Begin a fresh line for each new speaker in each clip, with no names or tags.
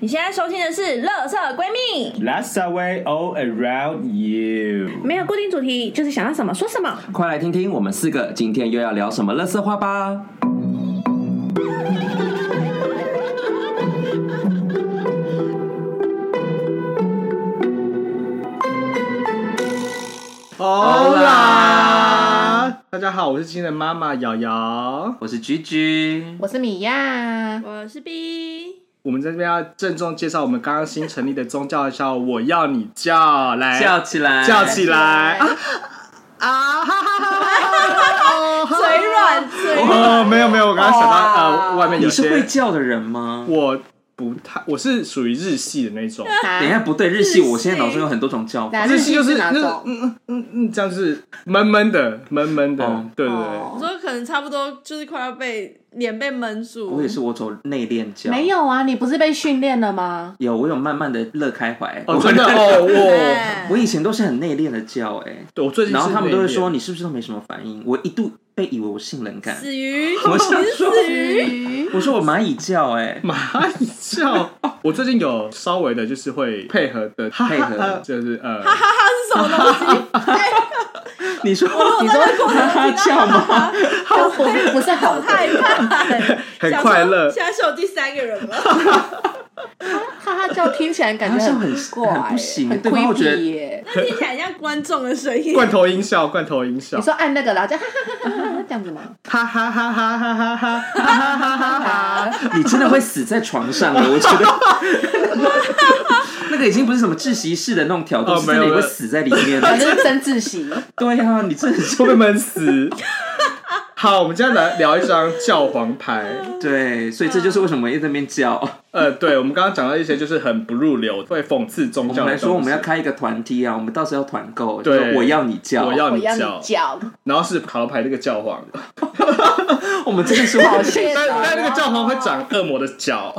你现在收听的是《乐色闺蜜》，
Let's away all around you。
没有固定主题，就是想要什么说什么。
快来听听我们四个今天又要聊什么乐色话吧！
欧
啦！大家好，我是新人妈妈瑶瑶。
我是 G G，
我是米娅，
我是 B，
我们在这边要郑重介绍我们刚刚新成立的宗教叫“我要你叫”，来
叫起来，
哎叫起来啊啊！哈哈哈哈哈！
嘴软嘴
哦，没有没有，我刚刚想到呃，外面有
你是会
些
叫的人吗？
我不太，我是属于日系的那种，
等一下，不对，日系，我现在脑中有很多种叫法。
哪
日系就是
哪
那
种
种？嗯嗯嗯嗯，这样是闷闷的，闷闷的
哦，
对对对。
哦
说可能差不多就是快要被脸被闷住。
我也是，我走内敛叫。
没有啊，你不是被训练了吗？
有，我有慢慢的乐开怀。
哦，真的
哎
哦，
我以前都是很内敛的叫，哎，
我我最近
然后
是
他们都会
内敛
说你是不是都没什么反应？我一度被以为我性冷感，
死鱼，
我想说，
鱼
我说我蚂蚁叫，哎，
蚂蚁叫，哦我最近有稍微的，就是会配合的，
配合
就是呃，
是什么东西？
你说你说哈哈叫吗？
我不是好的，
害怕，
很
想说
快乐
现在是有第三个人了，
哈哈叫听起来感
好
觉
像很
怪，
很不行
很
对吧我觉得
creepy 耶。
那听起来像观众的声音。
罐头音效，罐头音效
你，说按那个啦，就哈哈哈哈哈哈这样子吗？
哈哈哈哈哈哈哈哈哈哈哈，
你真的会死在床上的，我觉得。 那个已经不是什么窒息式的那种挑逗，
哦
是
没
真
有
的你
没
会
有
死在里 面
反
的。
正是真窒息，
对啊，你真的是
会被闷死。好，我们今天来聊一张教皇牌。
对，所以这就是为什么一直在那边叫。
呃，对，我们刚刚讲到一些就是很不入流、会讽刺宗
我
教
们
的
来说，我
东西
们要，开一个团体啊，我们到时候要团购，
对
就我要你叫，
我要
我
你
要
叫
你，叫，
然后是塔罗牌那个教皇，
我们真的是
好
谢。
谢
但但那个
哦。
教皇会长恶魔的 脚，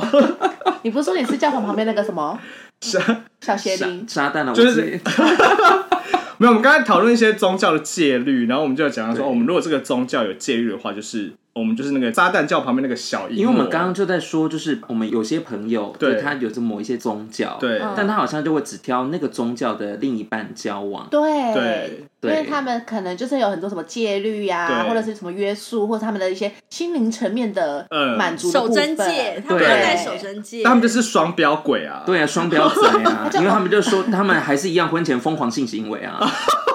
你不是说你是教皇旁边那个什么
是
小邪灵？
炸弹了，我
就是
自己
没有，我们刚才讨论一些宗教的戒律，然后我们就有讲到说，哦
对
我们如果这个宗教有戒律的话，就是我们就是那个撒旦教旁边那个小阴
因为
魔
我们刚刚就在说，就是我们有些朋友，
对
就他有这某一些宗教，，
对、
嗯
但他好像就会只挑那个宗教的另一半交往，
对
对
因
对
为他们可能就是有很多什么戒律呀、
对
或者是什么约束，或者他们的一些心灵层面的
嗯
满足的
守
部
贞
分。
戒，他们
对
要戴守贞戒。哎
但他们就是双标鬼啊，
对啊，双标仔 啊，因为他们就说他们还是一样婚前疯狂性行为 啊，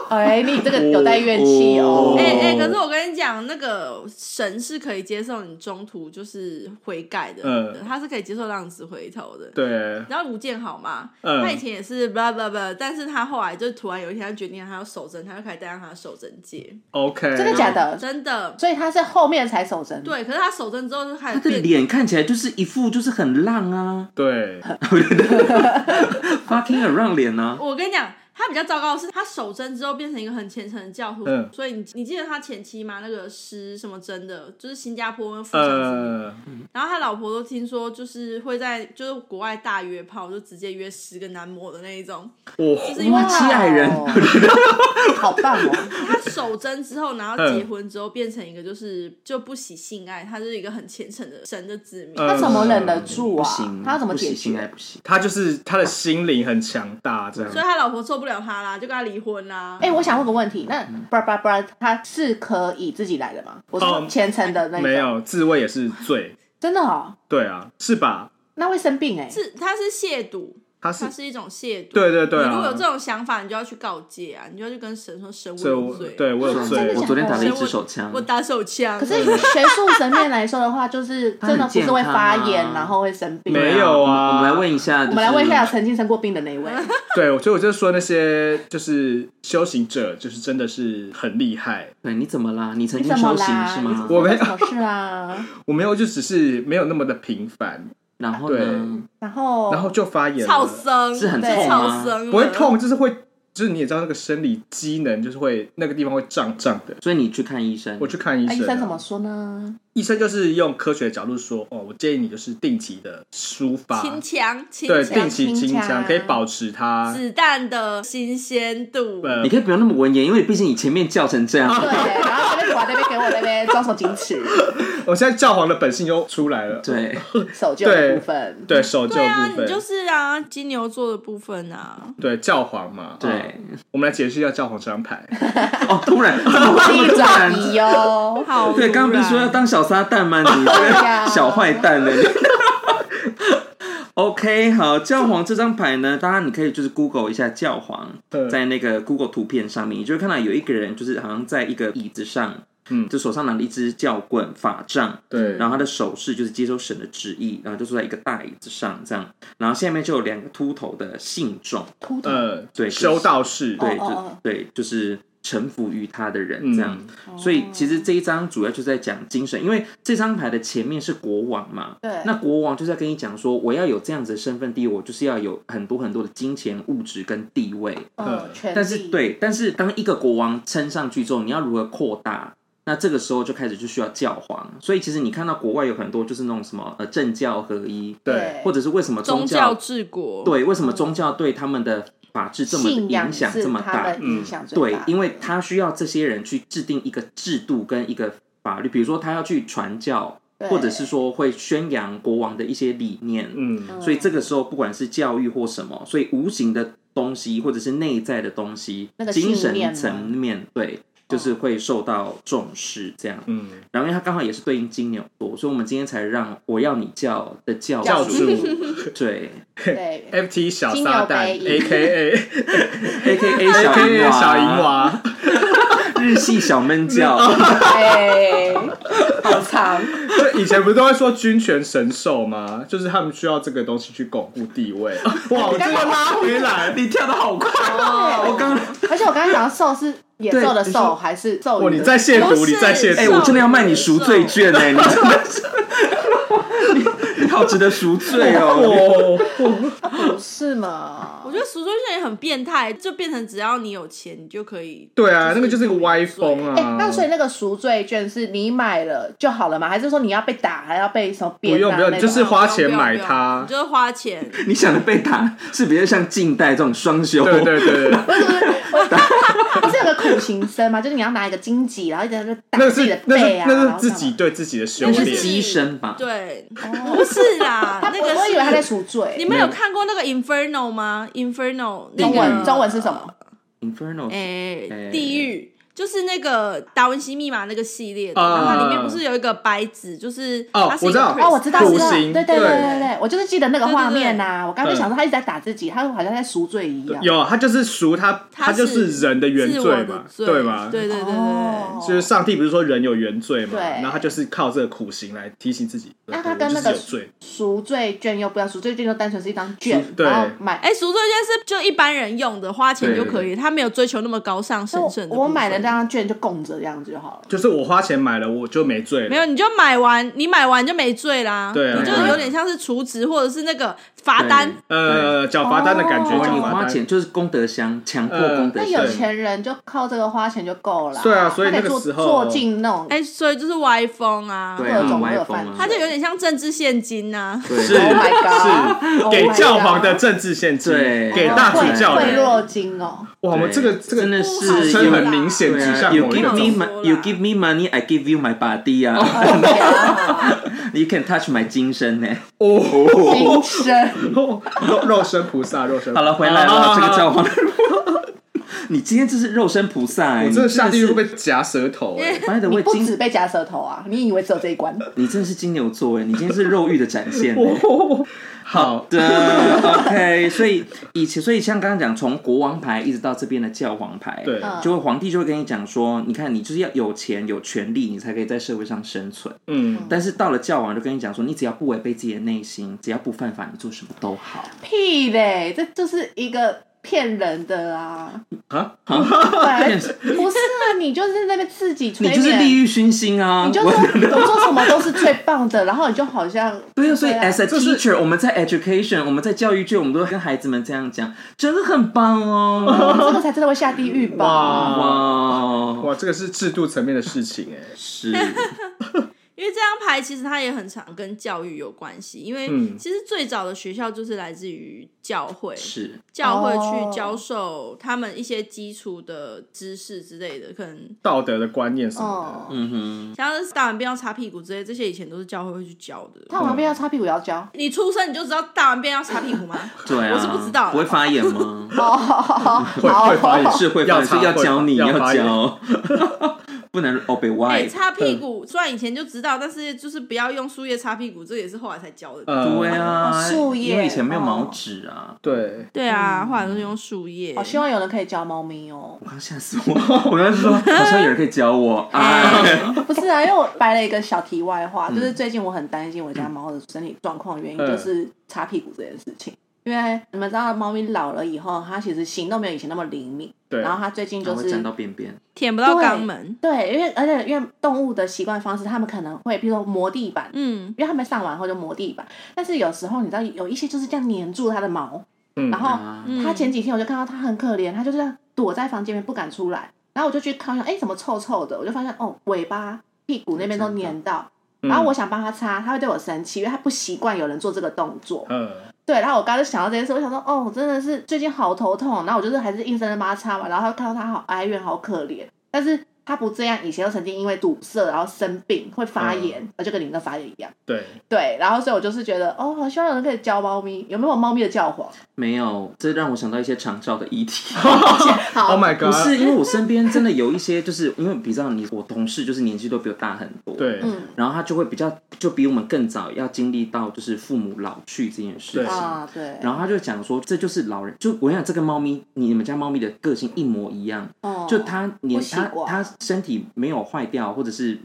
哎，你这个有带怨气
哦。
哦
哎哎、可是我跟你讲，那个神是可以接受你中途就是悔改的，
嗯
他是可以接受浪子回头的。
对
你知道吴建豪吗？
嗯
他以前也是 blah blah blah，但是他后来就突然有一天，他决定他要守贞，他就开始戴上他的守贞戒，
，OK，
真的假的？
真的。
所以他是后面才守贞。，
对，可是他守贞之后就开
他
始
的
变
脸看起来就是一副就是很浪啊
对，
，fucking 很让脸啊，
我跟你讲，他比较糟糕的是，他守贞之后变成一个很虔诚的教徒，
嗯
所以你你记得他前妻吗？那个施什么真的，就是新加坡跟富商之女
呃，
然后他老婆都听说，就是会在就是国外大约炮，就直接约十个男模的那一种，
我
就是因为
哇七爱人
好棒哦！
他守贞之后，然后
嗯
结婚之后变成一个就是就不喜性爱，他就是一个很虔诚的神的子民。
嗯
他怎么忍得住
不
啊
行，？
他要怎么
不
解
行性爱
决？
不行，
他就是他的心灵很强大，这
所以
样
他老婆受不了他啦，就跟他离婚啦。
哎，我想问个问题，那不不不，他是可以自己来的吗？我
哦
说虔诚的那种
没，有自卫也是罪，
真的哦，
对啊，是吧？
那会生病哎。
是他是亵渎，
他是
他是一种亵渎。
对对对
你如果有
啊
这，种想法，你就要去告诫啊，你就要去跟神说神我
所以
有
我
罪，
对我有
我
啊真
罪
的假
我
的，
昨天打了一支手枪啊
我，打手枪。
可是以学术层面来说的话，就是真的不是会发炎，然后会生病。
没
对
有
我们
啊
我们来问一下，
我们来问一下有，曾经生过病的那一位，
对，所以我就说那些就是修行者，就是真的是很厉害，
对，你怎么啦？你曾
你
经
怎么
修行
啦？
是
你
吗？
我没有
什么事啊？
我没有，就只是没有那么的频繁，
然后呢？
然后，
然后就发炎了，
超生
是很
对
痛
超
吗？
生，
不会痛，就是会就是你也知道那个生理机能就是会那个地方会胀胀的。
所以你去看医生，
我去看医生、
那啊
啊
哎医生怎么？说呢？
医生就是用科学的角度说，哦，我建议你就是定期的抒发，
清腔，清
对，
腔
定期清
清
腔
腔
可以保持它。
子弹的新鲜度，
呃
你，可以不用那么文言，因为毕竟你前面叫成这样。
啊
对， 然后这边我那边给我那边装手矜持，
我现在教皇的本性就出来了，
对，
守旧的部分。
对守旧
对啊，
部
你
分，
就是啊，金牛座的部分啊，
对教皇嘛，
对
嗯我们来解释一下教皇这张 牌。
哦，突 然，这么这么
一
突
转
然，
移哦，
好突然，
对，刚刚不是说要当小撒旦吗？你这个小坏蛋呢？你 OK，好，教皇这张牌呢，当然你可以就是 Google 一下教皇
对，
在那个 Google 图片上面，你就会看到有一个人就是好像在一个椅子上，
嗯
就手上拿了一支教棍法杖，
对，
然后他的手势就是接收神的旨意，然后就坐在一个大椅子上这样，然后下面就有两个秃头的信众，
秃头
呃，
对
修道士，
对，
哦哦
就
哦
对，就是臣服于他的人
嗯
这样。所以其
哦
实这一张主要就在讲精神，因为这张牌的前面是国王嘛，
对
那国王就是在跟你讲说，我要有这样子的身份地位，我就是要有很多很多的金钱、物质跟地位。
嗯，权
呃但是
力，
对，但是当一个国王撑上去之后，你要如何扩大？那这个时候就开始就需要教皇，所以其实你看到国外有很多就是那种什么呃政教合一，
对，
或者是为什么
宗
宗
教
教
治国，
对为什么宗教对他们的法治这么
嗯信仰
影响
是
这么
他
大？嗯
们影响最
对
大，
因为他需要这些人去制定一个制度跟一个法律，比如说他要去传教，
对
或者是说会宣扬国王的一些理念。
嗯，
所以这个时候，不管是教育或什么，所以无形的东西或者是内在的东西
那，个信
精
念
神
吗
层面对，就是会受到重视这样。
嗯，
然后因为它刚好也是对应金牛座，所以我们今天才让我要你教的教
教主
对
嗯对
FT 小撒旦
金牛
A K A
，A K A 小
A
银
K A
娃，
小银，娃，
日系小闷教，
哎，好长，
就以前不是都会说军权神授吗？就是他们需要这个东西去巩固地 位。哇，我这个拉回来，
你跳的好快哦！我刚
而且我刚才讲的兽是野兽的
对你说
兽还是兽？
哦哇，你在亵
不
渎，
是
你在亵
哎、
少
我
渎，
真的要卖你赎罪券哎、你真的是， 你你好值得赎罪 哦！
哦，
不是嘛
我？觉得赎罪券也很变态，就变成只要你有钱，你就可以。
对啊，那个就是一个歪风
哎、
嗯
啊。
那所以那个赎罪券是你买了就好了吗？还是说你要被打，还要被什么
不
鞭、啊？
用不用
那
就
种
是花钱
不用
买
不用
它
你就是花钱。
你想的被打是比较像近代这种双修，
对对对，对
不是不是我 不是有个苦行僧吗？就是你要拿一个荆棘，然后一直在那边
那
打
个
自己的
是那
背
是
啊，
那是自己对自己的修
那是
炼。
机身吧？
对，不是啦，
然
那
后干嘛。
个
我我
是
以为哦他在赎罪。
你们有看过那个 Inferno 吗？Inferno 那
中
个
文中文是什么？
Inferno，、
哎、
哎
地狱就是那个《达文西密码》那个系列的，
啊
然后它里面不是有一个白纸，就是
哦
它是一个
我知道
priest
哦，我知道，
苦
知道，对
行
对对
对
对对对，我就是记得那个画面呐、我刚
嗯
刚就想说他一直在打自己，他好像在赎罪一样。
有，他就是赎他，
它
他就是是人的原
是我
罪
的
嘛，
罪
对吧？
对对对对
哦
就是上帝不是说人有原罪嘛，
对
然后他就是靠这个苦行来提醒自己，
那
呃
他
我
跟
就
那
是
个
有罪，
赎罪券又不要，赎罪券就单纯是一张券，
对
然后买
哎，赎罪券是就一般人用的，花钱就可以，他没有追求那么高尚神圣的。
我买了那，张券就供着这样子就好了。
就是我花钱买了，我就没罪了。
没有你就买完，你买完就没罪啦。
对啊
你就有点像是储值或者是那个罚单，
呃，缴罚单的感觉，
哦
哦，
缴
你
罚
花
单。
钱就是功德箱，强迫
呃
功德
那
箱。
有钱人就靠这个花钱就够了。
对啊所以那个
他可以
时
做
候
做尽那种
哎，所以就是歪风啊，
对，
各种
很
都
歪
有
风
犯
啊，
它就有点像政治现金呐、
对
是
Oh my god！
是
Oh my
给
god
教皇的政治献金，
对
给大
哦
主
贿
教
贿
的。
赂金 哦，
哇，我们这个
对
这个
真的
指
是
称
有
很明显，
对
指
啊
向
，You
某一
give
个哦
me
种
my, you give me money, I give you my body 啊，You can touch my 精神呢。
哦，
名声
肉肉身菩萨，肉身。
好了，回来
好
了，
好
这个
好
教皇。 你今天这是肉身菩萨、欸，
我
你
真
真
的
的
下地狱
是
会被夹舌头哎。
By the
你
way，
不
金
止被夹舌头啊！你以为只有这一关？
你真的是金牛座哎，你今天是肉欲的展 现欸。
好，
的，OK，所以以前，所以像刚刚讲，从国王牌一直到这边的教皇牌，
对
就会皇帝就会跟你讲说，你看你就是要有钱有权利，你才可以在社会上生存。
嗯，
但是到了教皇就跟你讲说，你只要不违背自己的内心，只要不犯法，你做什么都好。
屁嘞！这就是一个骗人的啊！
啊，
对，不 是啊，你就是那边自己 催
你
眠，
就是利欲熏心啊！
你就
我
说我做什么都是最棒的，然后你就好像
对啊，所以
对啊
as a
就是
teacher，我们在 education，我们在教育界，我们都会跟孩子们这样讲，真的很棒 哦！
这个才真的会下地狱吧？
哇
哇
哦，
哇，这个是制度层面的事情哎、
是，
因为这张牌其实它也很常跟教育有关系，因为
嗯
其实最早的学校就是来自于教会，
是，
教会去教授他们一些基础的知识之类的，可能
道德的观念什么
哦，
嗯哼，
像是大完便要擦屁股之类，这些以前都是教会会去教的。
他旁边要擦屁股 要教
你出生你就知道大完便要擦屁 股吗？
对啊，
我是不知道
不会发言吗？
哦，好
的，会会发言
是会发
要
言，所
查
以要教你
要
要
发言
教， 不能 obey
哎、
why。
擦屁股虽然以前就知道，但是就是不要用树叶擦屁股，这也是后来才教
嗯
的。
呃，
对啊，
树叶
因为以前没有
哦
毛纸啊。
对，
对啊，后来都是用树叶。
哦好希望有人可以教猫咪哦。
我刚吓死我！我刚才说好像有人可以教我啊，
不是啊，因为我掰了一个小题外话，就是最近我很担心我家猫的身体状况，原因
嗯
就是擦屁股这件事情。因为你们知道，猫咪老了以后，它其实行动没有以前那么灵敏。
对
然后它最近
然
就
后啊会
是
沾到便便。
舔不到
对
肛门。
对，因为而且因为动物的习惯方式，它们可能会比如说磨地板，
嗯，
因为它们上完后就磨地板。但是有时候你知道，有一些就是这样粘住它的毛，
嗯
然后
啊
嗯
它前几天我就看到它很可怜，它就这样躲在房间里面不敢出来。然后我就去看，哎，怎么臭臭的？我就发现哦，尾巴、屁股那边都粘到。
嗯
然后我想帮它擦，它会对我生气，因为它不习惯有人做这个动作。
嗯，
对，然后我刚刚就想到这件事，我想说，哦，真的是最近好头痛，然后我就是还是硬生生帮他擦完，然后看到他好哀怨，好可怜，但是他不这样，以前又曾经因为堵塞然后生病会发炎，呃就跟你那发炎一样，
对，
对，然后所以我就是觉得，哦，好希望有人可以教猫咪，有没有猫咪的教皇？
没有，这让我想到一些长照的议题。
好
Oh my
不
god！
是，因为我身边真的有一些，就是因为比较你，我同事就是年纪都比我大很多，，
对，
嗯
然后他就会比较就比我们更早要经历到就是父母老去这件事
对
情。
啊，对，
然后他就讲说，这就是老人，就我想这跟猫咪，你们家猫咪的个性一模一样，
哦
就它连
不习
它
惯
它身体没有坏掉，或者是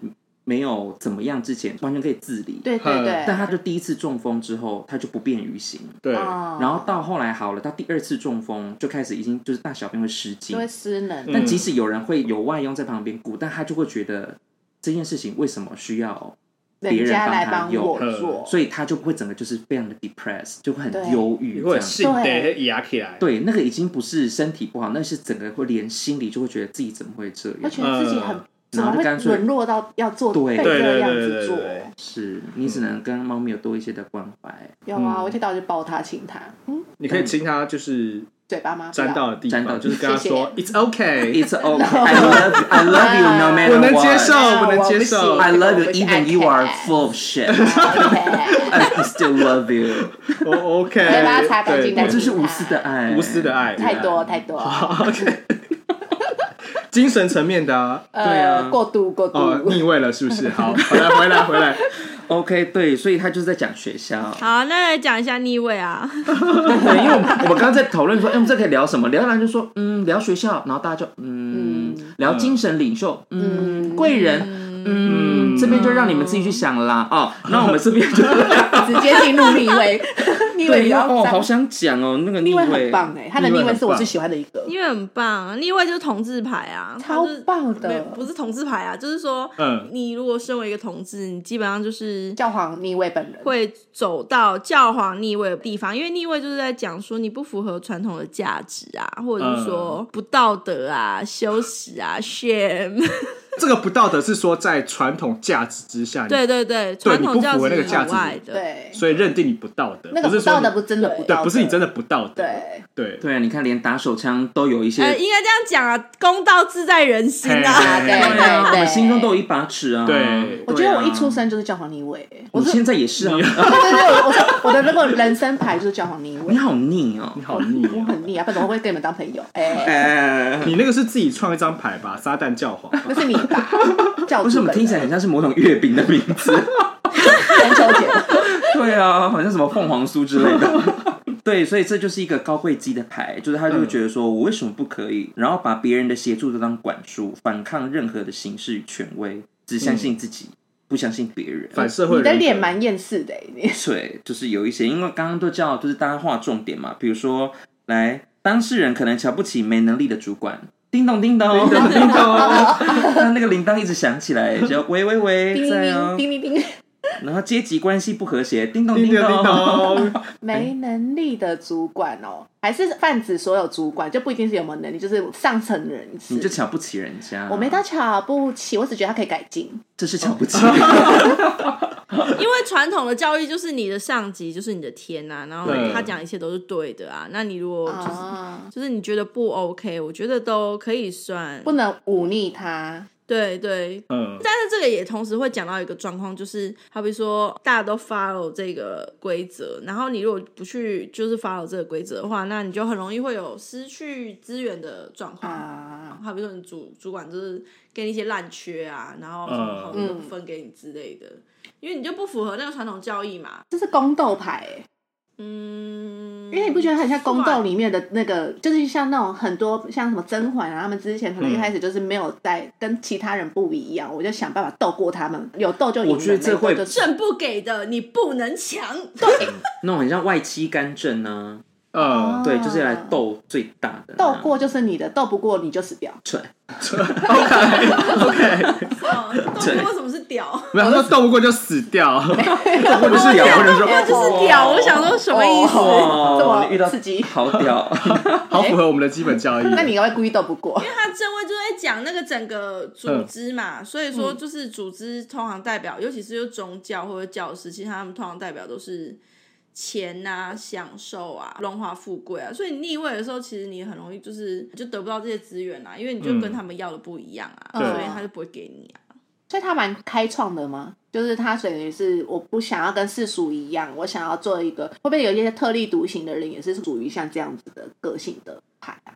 没有怎么样之前，完全可以自理。
对对对，
但他就第一次中风之后，他就不便于行，
对，
啊
然后到后来好了，到第二次中风就开始已经就是大小便会失禁
就，会失能，
嗯
但即使有人会有外佣在旁边顾，但他就会觉得这件事情为什么需要，别
嗯人
人
家
帮
来
他
帮
用
我
嗯
做，
所以他就会整个就是非常的 depressed，就会
对
很忧郁
你
这
会
样。
性得
对
压起来，
对，那个已经不是身体不好，那是整个会连心里就会觉得自己怎么会这
会
样？
觉得自己很
嗯
怎
然后
么
就
会
干脆
沦落到要做
对
被
对
这
对
样
对
子
对
做？
对，
是你只能跟猫咪有多一些的关怀，
有啊，
嗯
我一天到晚就抱它亲它，嗯，
你可以亲他就是
嘴巴吗？不
沾
要
到的地
沾到
方，就是跟他说 It's okay，
It's okay. I love you. I love you no matter
我
what.
能接受，
啊
我能
我
接
不
受
行哎
I love you
我不是
even you are
iPad
full of shit.
哎对
I still love you. 哦
我 OK，
我会把它擦干净
对
再
这是无私的爱，
无私的爱，
太 多太多，
精神层面的啊。
对啊
呃，过度过度。
哦，逆位了是不是？好，回来回来回来，
OK，对，所以他就是在讲学校。
好，那来讲一下逆位啊。
对，因为 我们我们刚刚在讨论说，哎，我们这可以聊什么？聊一聊就说，嗯，聊学校，然后大家就嗯，聊精神领袖，嗯，贵人，嗯，这边就让你们自己去想啦。哦，那我们这 边就哎
直接进入逆位，逆 位
对
比
呀，
较
哦，好
脏，
想讲哦，那个逆
逆位
位
很，棒哎，他的逆位是我最喜欢的一个，
逆位很棒，啊逆位就是同志牌啊，
超
它就是
棒
没
的。
不是同志牌啊，就是说，
嗯
你如果身为一个同志，你基本上就是
教皇逆位本人，
会走到教皇逆位的地方，因为逆位就是在讲说你不符合传统的价值啊，或者是说不道德啊、羞 耻啊、shame，
这个不道德是说在传统价值之下，你
对对对，传统价
你不
值啊呃
符合那个
以
价值
外的，
对，
所以认定你不道德，
那个
不
不
是说
道
你
德不是真的不
对
道，德，
不是你真的不道德，
对，
对
对啊，你看连打手枪都有一
呃，
些，
应该这样讲啊，公道自在人心啊。
啊对
对啊，
对
我
对，
们心中都有一把尺啊。
对
我觉得我一
对啊
出生就是教皇逆位， 我
你
是
现在也是啊，
对对对，我我我的那个人生牌就是教皇逆位
你，好腻哦
你。好腻哦，
我很腻啊，不然怎么会跟你们当朋友？哎，
哎，
你那个是自己创一张牌吧？撒旦教 皇，
那是你吧？教
为什么听起来很像是某种月饼的名字？
很纠结？
对啊，好像什么凤凰酥之类的。 对，所以这就是一个高贵鸡的牌，就是他就会觉得说我为什么不可以，然后把别人的协助都当管束，反抗任何的形式与权威，只相信自己，不相信别人。
反社会
你
人格
的脸蛮厌世的欸，你
对，就是有一些，因为刚刚都叫就是大家划重点嘛，比如说来当事人可能瞧不起没能力的主管。叮咚叮咚，
叮 咚叮 咚，
那那个铃铛一直响起来，就喂喂喂，
叮
在哦
叮。叮叮叮，
然后阶级关系不和谐，叮咚
叮
咚。
咚叮 咚，
没能力的主管哦，还是泛指所有主管，就不一定是有没有能力，就是上层人士。
你就啊瞧不起人家，
我没到瞧不起，我只觉得他可以改进。
这是瞧不起。
因为传统的教育就是你的上级就是你的天呐、然后
对
他讲一切都是对的
嗯
啊。那你如果就是、
啊，
就是你觉得不 OK，我觉得都可以算
不。能忤逆他。
对对，
嗯，
但是这个也同时会讲到一个状况，就是好比说大家都 follow 这个规则，然后你如果不去就是 follow 这个规则的话，那你就很容易会有失去资源的状况。
啊，
好比说你主主管就是给你一些烂缺啊，然后什么好
嗯
的不分给你之类的，因为你就不符合那个传统教义嘛。
这是宫斗牌、欸，
嗯，
因为你不觉得很像宫斗
算
里面的那个，就是像那种很多像什么甄嬛啊，他们之前可能一开始就是没有在跟其他人不一样，我就想办法斗过他们，有斗就赢了。
我觉得这会
没斗就是
朕不给的你不能抢？
那种很像外戚干政呢、
嗯，
对，就是来斗最大的、
哦斗过就是你的，斗不过你就死掉。
蠢，
哦，斗不过什么是屌？
没有，他斗不过就死 掉，
或者是屌，或者是
那就是屌，我想说什么意
哦
思？
这
哇，
么
哦你遇到
刺激
好 屌，
好符合我们的基本教义。
那你要故意斗不过，
因为他正位就在讲那个整个组织
嗯
嘛，所以说就是组织通常代表，尤其是就宗教或者教师，其实他们通常代表都是钱啊、享受啊、荣华富贵啊。所以你逆位的时候，其实你很容易就是就得不到这些资源啊啦，因为你就
嗯
跟他们要的不一样啊，
嗯
所以
对
他就不会给你啊。
所以他蛮开创的嘛，就是他等于是我不想要跟世俗一样，我想要做一个，会不会有一些特立独行的人也是属于像这样子的个性的派啊？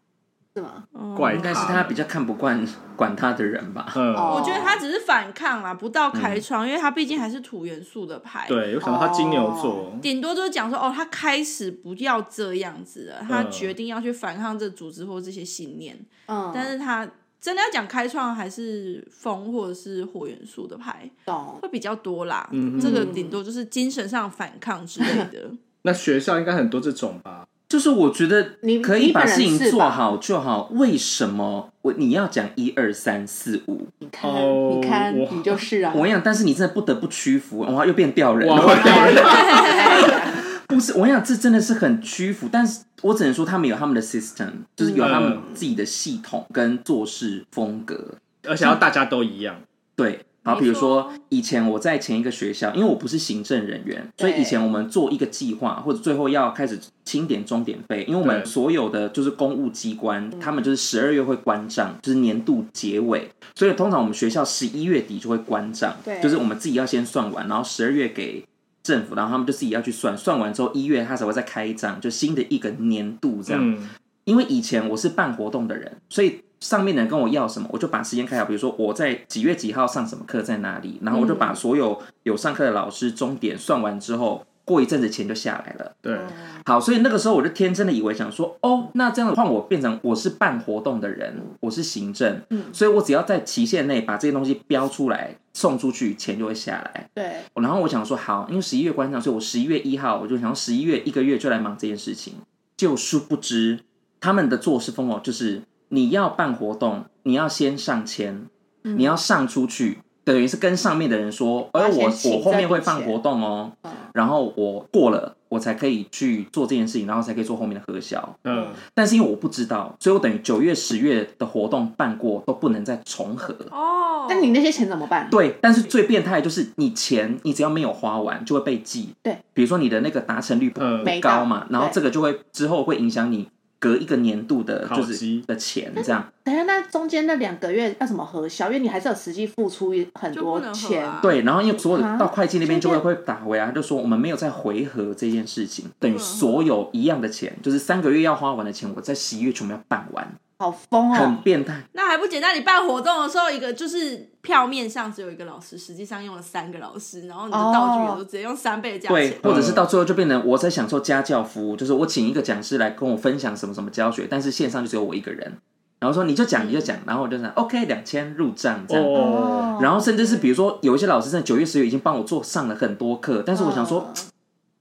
是吗？
啊
怪
应该是他比较看不惯管他的人吧。
嗯，
哦
我觉得他只是反抗啦，不到开创，因为他毕竟还是土元素的牌。。
对，我想到他金牛座，
顶多就是讲说，哦，他开始不要这样子了，他
嗯
决定要去反抗这组织或这些信念。
嗯，
但是他真的要讲开创，还是风或者是火元素的牌
懂
会比较多啦。
嗯
这个顶多就是精神上反抗之类 的。
那学校应该很多这种吧？
就是我觉得
你
可以把事情
你本人是
做
吧
好就好，为什么我你要讲一二三四五？
你看，
哦
你看，
我
你就是啊
我，跟你讲，但是你真的不得不屈服，哇，又变吊人，
哇，我屌 人，
不是，我 跟你讲，这真的是很屈服，但是我只能说他们有他们的 system，就是有他们自己的系统跟做事风格。
而且要大家都一样，
对，好，
没错
比如说以前我在前一个学校，因为我不是行政人员，所
对
以以前我们做一个计划，或者最后要开始清点钟点费，因为我们
对
所有的就是公务机关，他们就是十二月会关账，就是年度结尾，所以通常我们学校十一月底就会关账，
对
就是我们自己要先算完，然后十二月给。政府，然后他们就自己要去算，算完之后一月他才会再开一张，就新的一个年度这样。
嗯，
因为以前我是办活动的人，所以上面的人跟我要什么，我就把时间开好。比如说我在几月几号上什么课在哪里，然后我就把所有有上课的老师钟点算完之后，过一阵子钱就下来了。
哦
对，
好，所以那个时候我就天真的以为想说，哦，那这样换我变成我是办活动的人，我是行政，所以我只要在期限内把这些东西标出来送出去，钱就会下来。
对，
然后我想说，好，因为十一月关账，所以我十一月一号我就想十一月一个月就来忙这件事情。就殊不知，他们的做事风格就是你要办活动，你要先上签，你要上出去，等于是跟上面的人说，哎，
嗯要先
我
请
我后面会
这笔
办
钱
活动哦，
嗯
然后我过了，我才可以去做这件事情，然后才可以做后面的核销。
嗯，
但是因为我不知道，所以我等于九月、十月的活动办过都不能再重合。
哦，
那你那些钱怎么办？
对，但是最变态的就是你钱，你只要没有花完，就会被记。
对，
比如说你的那个达成率不
嗯
不高嘛，
没到
然后这个就会之后会影响你隔一个年度的，
考
就是
级
的钱这样。
等一下，那中间那两个月要怎么核销？因为你还是有实际付出很
就不
多
能合
钱，
啊
对，然后因为所有
啊
的到会计那边就会
这
会打回啊来，他就说我们没有在回合这件事情，
嗯
等于所有一样的钱，就是三个月要花完的钱，我在十一月全部要办完，
好疯
很
哦！
变态。
那还不简单？你办活动的时候，一个就是票面上只有一个老师，实际上用了三个老师，然后你的道具也都直接用三倍的价
对
钱，。
或者是到最后就变成我在享受家教服务，就是我请一个讲师来跟我分享什么什么教学，但是线上就只有我一个人，然后说你就讲你就讲，然后我就讲 OK 两千入账这样。
哦，
哦嗯
然后甚至是比如说有一些老师在九月十月已经帮我做上了很多课，但是我想说，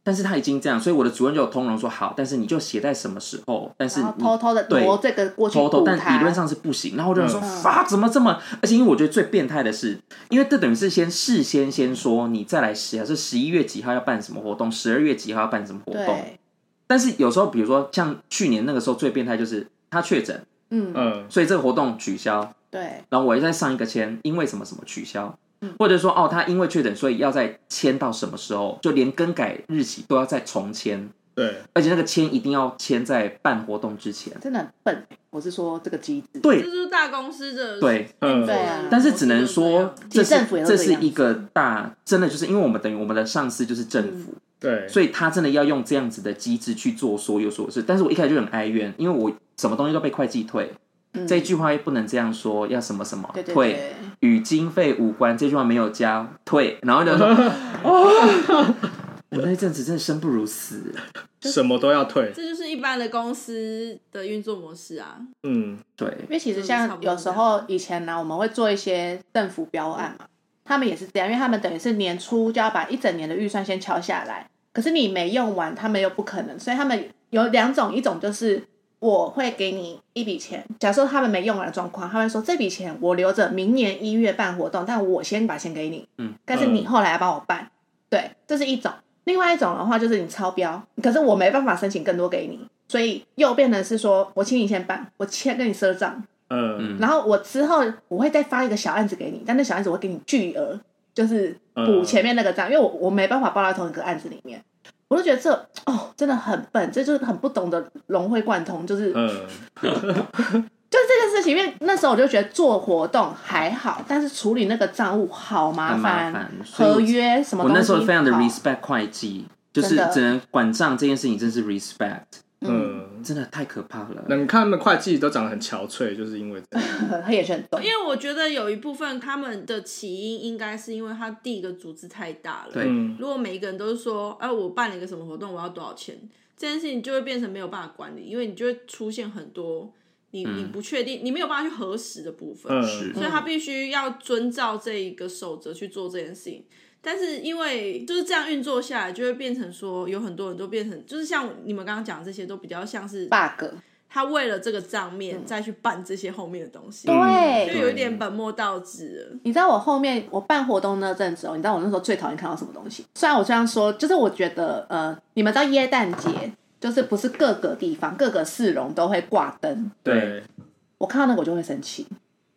但是他已经这样，所以我的主任就有通融说好，但是你就写在什么时候，但是
然后
你
偷偷的
对
挪这个过去
偷偷，
堵
但
他
理论上是不行。然后我就想说，
嗯
法、怎么这么？而且因为我觉得最变态的是，因为这等于是先事先先说你再来写，还是十一月几号要办什么活动，十二月几号要办什么活动。
对，
但是有时候，比如说像去年那个时候最变态就是他确诊，
嗯，
嗯，
所以这个活动取消，
对，
然后我再上一个签，因为什么什么取消。
嗯
或者说哦，他因为确诊，所以要再签到什么时候？就连更改日期都要再重签，
对，
而且那个签一定要签在办活动之前。
真的很笨。我是说这个机制，
对
这，就是大公司的
对
嗯，
对啊
但是只能说，这
其实
是
政府也都
这
这
是
样
一个大，真的就是因为我们等于我们的上司就是政府，
对，
所以他真的要用这样子的机制去做所有所事。但是我一开始就很哀怨，因为我什么东西都被会计退，
嗯
这一句话又不能这样说，要什么什么
对对
退，
对，
与经费无关，这句话没有加退，然后就 说哦 我那一阵子真的生不如死，
什么都要退，
这就是一般的公司的运作模式啊。
嗯，
对
因，为其实像有时候以前呢、我们会做一些政府标案嘛，他们也是这样，因为他们等于是年初就要把一整年的预算先敲下来，可是你没用完，他们又不可能，所以他们有两种，一种就是我会给你一笔钱，假设他们没用完的状况，他们说这笔钱我留着明年一月办活动，但我先把钱给你，
嗯，
但是你后来要帮我办，对，这是一种。另外一种的话就是你超标，可是我没办法申请更多给你，所以又变成是说我请你先办，我先跟你赊账，
嗯，
然后我之后我会再发一个小案子给你，但那小案子我会给你巨额，就是补前面那个账，因为我我没办法报到同一个案子里面。我就觉得这哦，真的很笨，这就是很不懂得融会贯通，就是、
嗯，
就是这件事情。因为那时候我就觉得做活动还好，但是处理那个账务好麻
很麻
烦，
烦所以我
合约什么
我
东西
那时候非常的
好
respect 会计，就是
真的
只能管账这件事情，真是 respect，
嗯，
真的太可怕了。
那你看他们会计都长得很憔悴，就是因为这样，
他也是很懂
因，为我觉得有一部分他们的起因应该是因为他第一个组织太大了。
对
嗯，
如果每一个人都是说，哎、我办了一个什么活动，我要多少钱，这件事情就会变成没有办法管理，因为你就会出现很多你、你不确定，你没有办法去核实的部分。
嗯
嗯是
所以他必须要遵照这一个守则去做这件事情。但是因为就是这样运作下来，就会变成说有很多人都变成，就是像你们刚刚讲这些，都比较像是
bug，
他为了这个账面再去办这些后面的东
嗯
西，就
对。
有一点本末倒置了。
你知道我后面我办活动那阵子哦，你知道我那时候最讨厌看到什么东西？虽然我这样说，就是我觉得呃，你们知道耶诞节就是不是各个地方各个市容都会挂灯，
对，
我看到那个我就会生气，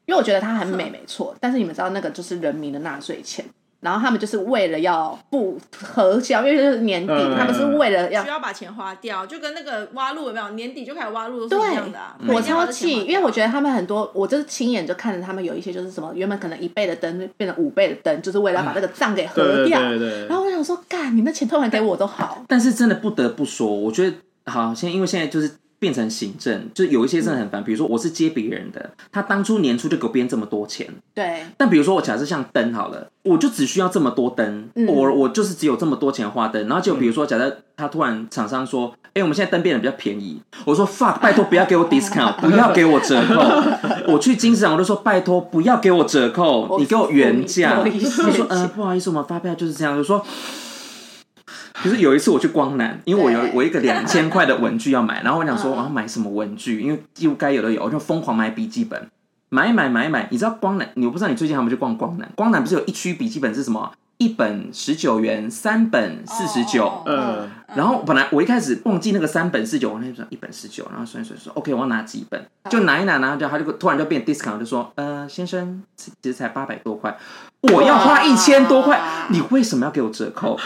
因为我觉得它很美没错，但是你们知道那个就是人民的纳税钱，然后他们就是为了要不核销，因为就是年底，
嗯
他们是为了要
需。要把钱花掉，就跟那个挖路有没有？年底就开始挖路都是一
对
样的啊。，
我
一定要把
超
这
气
钱花，掉
因为我觉得他们很多，我就是亲眼就看着他们有一些就是什么，原本可能一倍的灯变成五倍的灯，就是为了要把
嗯
这个账给
对
核
对
掉。
对对
然
对，
后我想说，干，你那钱退还给我都好，
但是真的不得不说，我觉得好，现在因为现在就是变成行政，就是有一些真的很烦。比如说我是接别人的，他当初年初就给我编这么多钱，
对，
但比如说我假设像灯好了，我就只需要这么多灯，
嗯
我我就是只有这么多钱花灯。然后就比如说假设他突然厂商说，哎、我们现在灯变得比较便宜，我说 fuck，拜托不要给我 discount，不要给我折扣。我去金市场我就说拜托不要给我折扣，
我
你给我原价。
付你多一些
他说呃
钱
不好意思，我们发票就是这样。我说。可是有一次我去光南，因为我有
对嗯
我一个两千块的文具要买，然后我 想说我要买什么文具，因为几乎该有的有，我就疯狂买笔记本，买一买买一买。你知道光南，你我不知道你最近还有没有去逛光南？光南不是有一区笔记本是什么？一本十九元，三本四十九
哦。
嗯，
然后本来我一开始忘记那个三本四九，我那想一本十九，然后算一算说 OK，我要拿几本，就拿一拿，然后就他就突然就变 discount，就说呃先生其其实才八百多块，我要花一千多块，你为什么要给我折扣？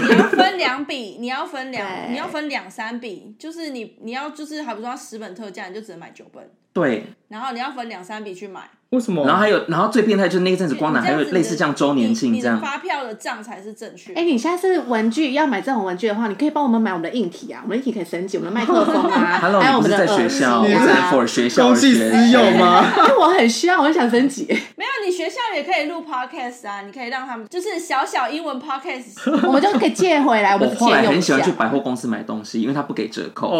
你要分两 笔，你要分两，
对
你要分两三笔，就是你你要就是，好比说它十本特价，你就只能买九本，
对，
然后你要分两三笔去买。
为什么？
然后还有，然后最变态就是那一阵子
就
光南还有类似像周年庆
你
这
这样
样
子你，你的发票的账才是正确。
哎、你下次文具要买这种文具的话，你可以帮我们买我们的硬体啊，我们硬体可以升级，我们的麦克风啊，还
Hello，
有
你
我
不
们
是
的
在学校，我
耳机
是在
啊。
for 学校
公
而
器私
学。
用吗？
因为我很需要，我很想 升级。
没有，你学校也可以录 podcast 啊，你可以让他们就是小小英 文 podcast。
我们就可以借回来，我
我
们借
后来
用一
很喜欢
下
去百货公司买东西，因为它不给折 扣，
哦，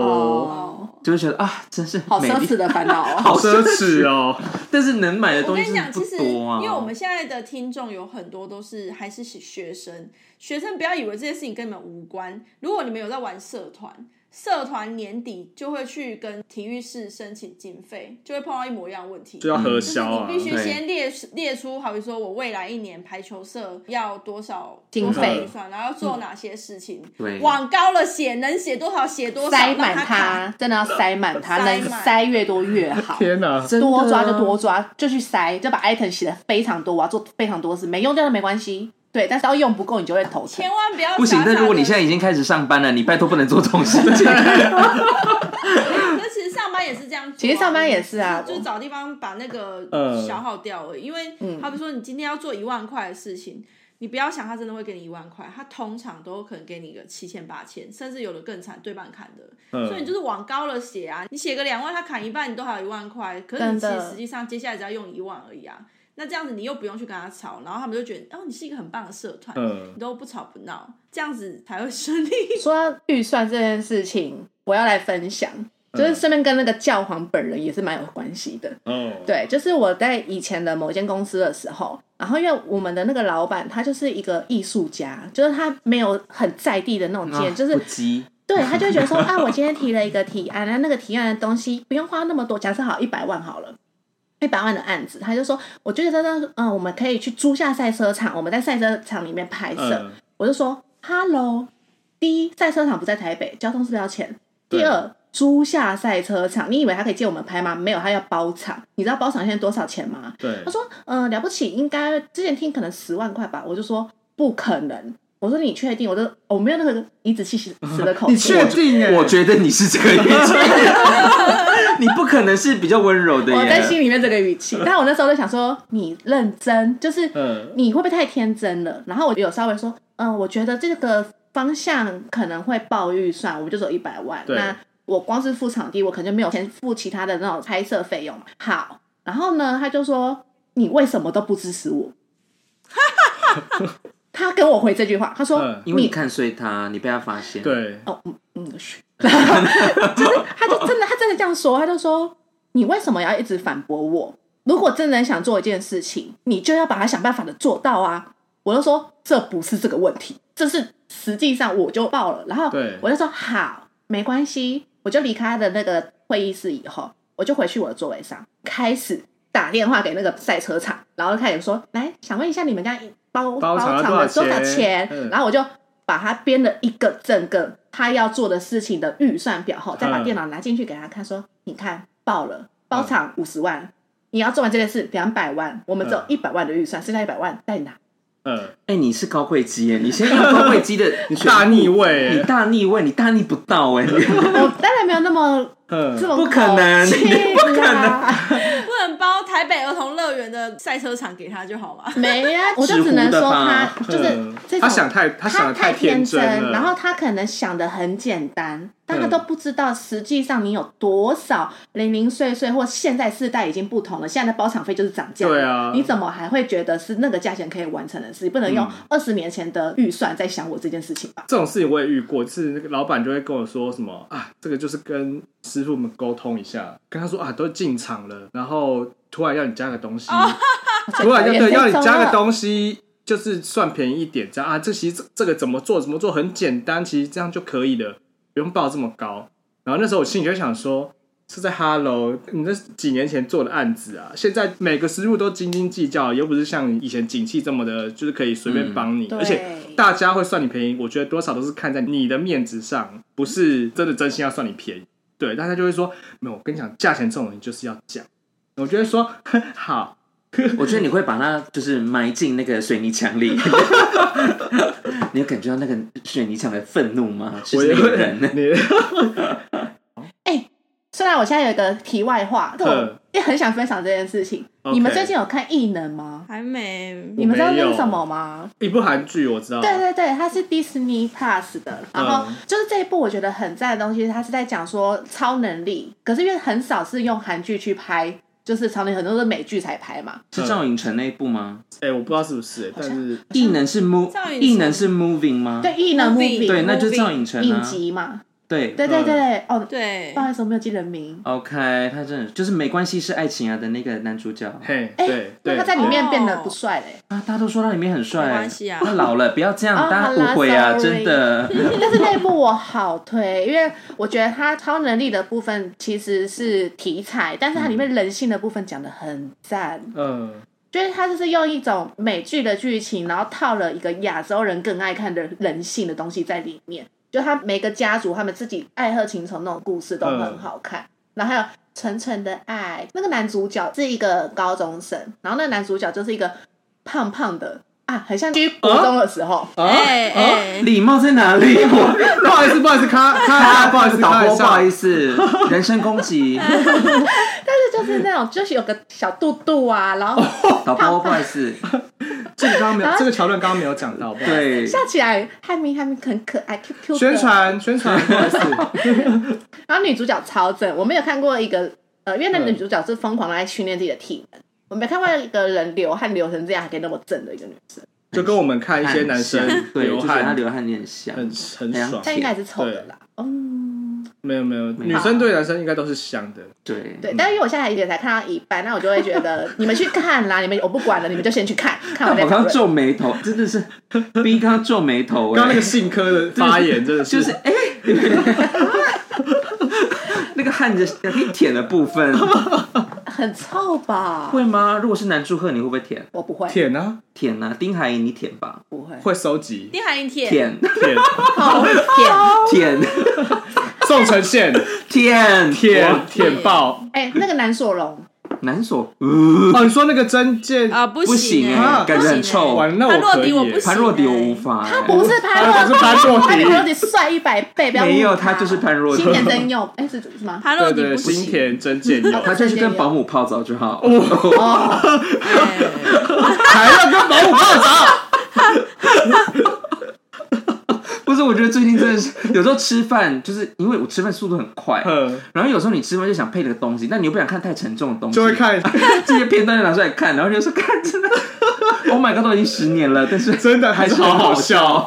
哦，
就会觉得啊，真是
好
美
奢侈
丽。
的烦恼哦。
好
奢侈 哦，
但是能买的
我
东
跟
西
你
真的
讲，
不啊
其实
多啊。
因为我们现在的听众有很多都是还是学生，学生不要以为这些事情跟你们无关。如果你们有在玩社团，社团年底就会去跟体育室申请经费，就会碰到一模一样的问题。
就要核
嗯就是
销啊
你，必须
对
先列列出，好比说我未来一年排球社要多少
经费
多少预算，然后做哪些事情，
嗯对
往高了写，能写多少写多少，
塞满
让它
它，真的要塞满它，
塞
能
满
塞越多越好。
天哪、
真的啊
多抓就多抓，就去塞，就把 item 写的非常多，我要啊做非常多事，没用掉就没关系。对，但是要用不够，你就会头疼
千。万不要
不行
傻，傻
但如果你
地
现在已经开始上班了，你拜托不能做这 种事啊情。
那其实上班也是这样做啊、
其实上班也是啊
就是找地方把那个
嗯
消耗掉而已。因
嗯
为好比说你今天要做一万块的事情，你不要想他真的会给你一万块，他通常都可能给你个七千八千，甚至有的更惨，对半砍的。所以你
嗯，
就是往高了写啊，你写个两万，他砍一半，你都还有一万块，可是你其
真
实
的
实际上接下来只要用一万而已啊。那这样子你又不用去跟他吵，然后他们就觉得哦，你是一个很棒的社团，
嗯
你都不吵不闹，这样子才会顺利。
说到预算这件事情，我要来分享，
嗯
就是顺便跟那个教皇本人也是蛮有关系的。
哦，
对，就是我在以前的某间公司的时候，然后因为我们的那个老板他就是一个艺术家，就是他没有很在地的那种经验，就是
啊不急，
对他就会觉得说啊，我今天提了一个提案， 那那个提案的东西不用花那么多，假设好一百万好了。一百万的案子，他就说，我觉得呢，嗯，我们可以去租下赛车场，我们在赛车场里面拍摄。
嗯，
我就说，Hello，第一，赛车场不在台北，交通是不是要钱？
对
第二，租下赛车场，你以为他可以借我们拍吗？没有，他要包场。你知道包场现在多少钱吗？
对
他，说，嗯、了不起，应该之前听可能十万块吧。我就说不可能。我说你确定？我就我没有那个颐指气使的口 气。
你确定、欸？
我觉得你是这个语气， 你不可能是比较温柔的
我在心
耶。
里面这个语 气，但我那时候就想说，你认真，就是
嗯
你会不会太天真了？然后我有稍微说，嗯，我觉得这个方向可能会报预算，我们就走一百万。
对
那我光是付场地，我可能就没有钱付其他的那种拍摄费用嘛。好，然后呢，他就说，你为什么都不支持我？ 他跟我回这句话，他说
嗯：“
因为你看衰他，你被他发现。，
对，
哦，嗯嗯， 是，就是他就真的他真的这样说，他就说你为什么要一直反驳我？如果真的想做一件事情，你就要把它想办法的做到啊！我就说这不是这个问题，这是实际上我就报了，然后
对
我就说好，没关系，我就离开了那个会议室以后，我就回去我的座位上，开始打电话给那个赛车场，然后开始说来，想问一下你们家包
包场要
场的
多
多
少
少
钱
钱？
嗯
然后我就把他编了一个整个他要做的事情的预算表后，再把
嗯
电脑拿进去给他看，说你看报了，
嗯
包场五十万。你要做完这件事，两百万，我们只有
嗯
一百万的预算，剩下一百万再拿。
嗯，
哎，你是高贵鸡耶，你先用高贵鸡的
你大逆位、
你
欸，
大逆位，你大逆不道哎，你
我哦当然没有那么这
嗯，
么
不可能
口气
不可能
啦
不能包台北儿童乐园的赛车场给他就好吗？
没呀、我就只
纸
能
糊的
说
吧
他就是
嗯
这
他
种
想太他想
他
的太
天
真了，
然后他可能想的很简单，但他
嗯
都不知道实际上你有多少零零碎碎，或现在世代已经不同了，现在的包场费就是涨价了，
对啊嗯
你怎么还会觉得是那个价钱可以完成的事？不能用二十年前的预算在想我这件事情吧？
这种事情我也遇过，就是那个老板就会跟我说什么啊，这个就是跟师傅们沟通一下，跟他说啊，都进场了，然后突然要你加个东西， 突然要对要你加个东西，就是算便宜一点，这样啊，这其实这这个怎么做怎么做很简单，其实这样就可以了，不用报这么高。然后那时候我心里就想说。是在 Hello，你这几年前做的案子啊，现在每个师傅都斤斤计较，又不是像以前景气这么的，就是可以随便帮你，
对
而且大家会算你便宜，我觉得多少都是看在你的面子上，不是真的真心要算你便宜。对，大家就会说，没有，我跟你讲，价钱这种东西就是要讲。我就会说， 呵好，
我觉得你会把它就是埋进那个水泥墙 里。你有感觉到那个水泥墙的愤怒吗？是
我
那
也
个
会
人 呢，
你
虽然我现在有一个题 外话，但我
嗯
也很想分享这件事情。
OK
你们最近有看《异能》吗？
还没
你们知道那
没
是
有
什么吗？
一部韩剧我知道，
对对对，它是 Disney Plus 的，
嗯
然后就是这一部我觉得很赞的东西，它是在讲说超能力，可是因为很少是用韩剧去拍，就是超能力很多都是美剧才拍嘛。
是赵寅成那一部吗？
哎、我不知道是不是、但是
异能是 move，
赵寅成
异能是 moving 吗？
嗯
对，异能
Movie
movie
对，那就是赵寅成
影
啊。
集嘛，
对嗯
对对对，
嗯
哦，
对
不，好意思，我没有记人名。
，OK，他真的就是没关系是爱情啊的那个男主角
嘿，
哎
对
那
对，哦
他在里面变得不帅嘞、
啊，大家都说他里面很帅，
没关系啊
他老了不要这样，
哦
大
好
家
啦
误会啊，
sorry
真 的。
但是那一部我好推，因为我觉得他超能力的部分其实是题材，但是它里面人性的部分讲的很赞，
嗯，
就是他就是用一种美剧的剧情，然后套了一个亚洲人更爱看的人性的东西在里面。就他每个家族他们自己爱恨情仇那种故事都很好看，然后还有《纯纯的爱》，那个男主角是一个高中生，然后那个男主角就是一个胖胖的啊，很像居国中的时候。
哦
哎哎，
礼貌在哪里？我
啊不好意思，不好意思，咔咔， 不好意思，
导
咔
播
一
不好
下
意，思， 人身攻 击，
但是就是那种，就是有个小肚肚啊，然后
导播不好意思，
这个刚刚没
然
有，
后
这个桥段刚刚没有讲到，不好意思。
对，
笑起来汉明汉明很可爱，Q Q 的。
宣。传宣传，不好意 思，
然后女主角超正，我们有看过一个，呃，因为那
嗯
女主角是疯狂地来训练自己的体能，我没看过一个人流汗流成这样还可以那么正的一个女生，
就跟我们看一些男生
很像对，
流
就觉得他
汗，
流汗有点像，
很很
很
爽。
但应该也是丑的啦。嗯，
没有没有，
没
女
有
生对男生应该都是香的。
对，
对，但是因为我现在也才看到一半，那我就会觉得你们去看啦，你们我不管了，你们就先去看，
但
看
我
完再讨
刚刚
论。
皱 眉头，真的是 逼刚刚皱眉头，
刚刚那个
哎
性科的发言真的是，
就是哎。 那个汗的可以舔的 部分
很臭吧？
会吗？如果是男祝贺，你会不会舔？
我不会，
舔啊，
舔啊，丁海寅你舔 吧，
不会。
会收集
丁海寅舔
舔
舔，
舔，
舔
宋承宪
舔
舔舔爆。
哎、那个南索隆，
男所，呃
哦，你说那个真剑
啊，不
不行
行欸
哎，
啊
感觉很臭。
完了，那
潘
我
若
可
迪
以
我不
耶。
行，欸
潘若迪我无法哎，
他不是潘
他
若
是潘若迪
他比潘若迪帅一百倍，不要误会
没有他就是潘若迪
新田真佑，哎，是是 吗？
潘若
对
迪
对，
不
新
行，欸
田真剑佑，
他就是跟保姆泡澡就好。哦，
哦，
哎
还要跟保姆泡澡，
不是，我觉得最近真的是有时候吃饭，就是因为我吃饭速度很快，
嗯
然后有时候你吃饭就想配个东西，但你又不想看太沉重的东西，
就会看，
这些片段就拿出来看，然后就说看真的，Oh my god，都已经十年了，但是
真的
还
还
是
是
很
好好笑。
笑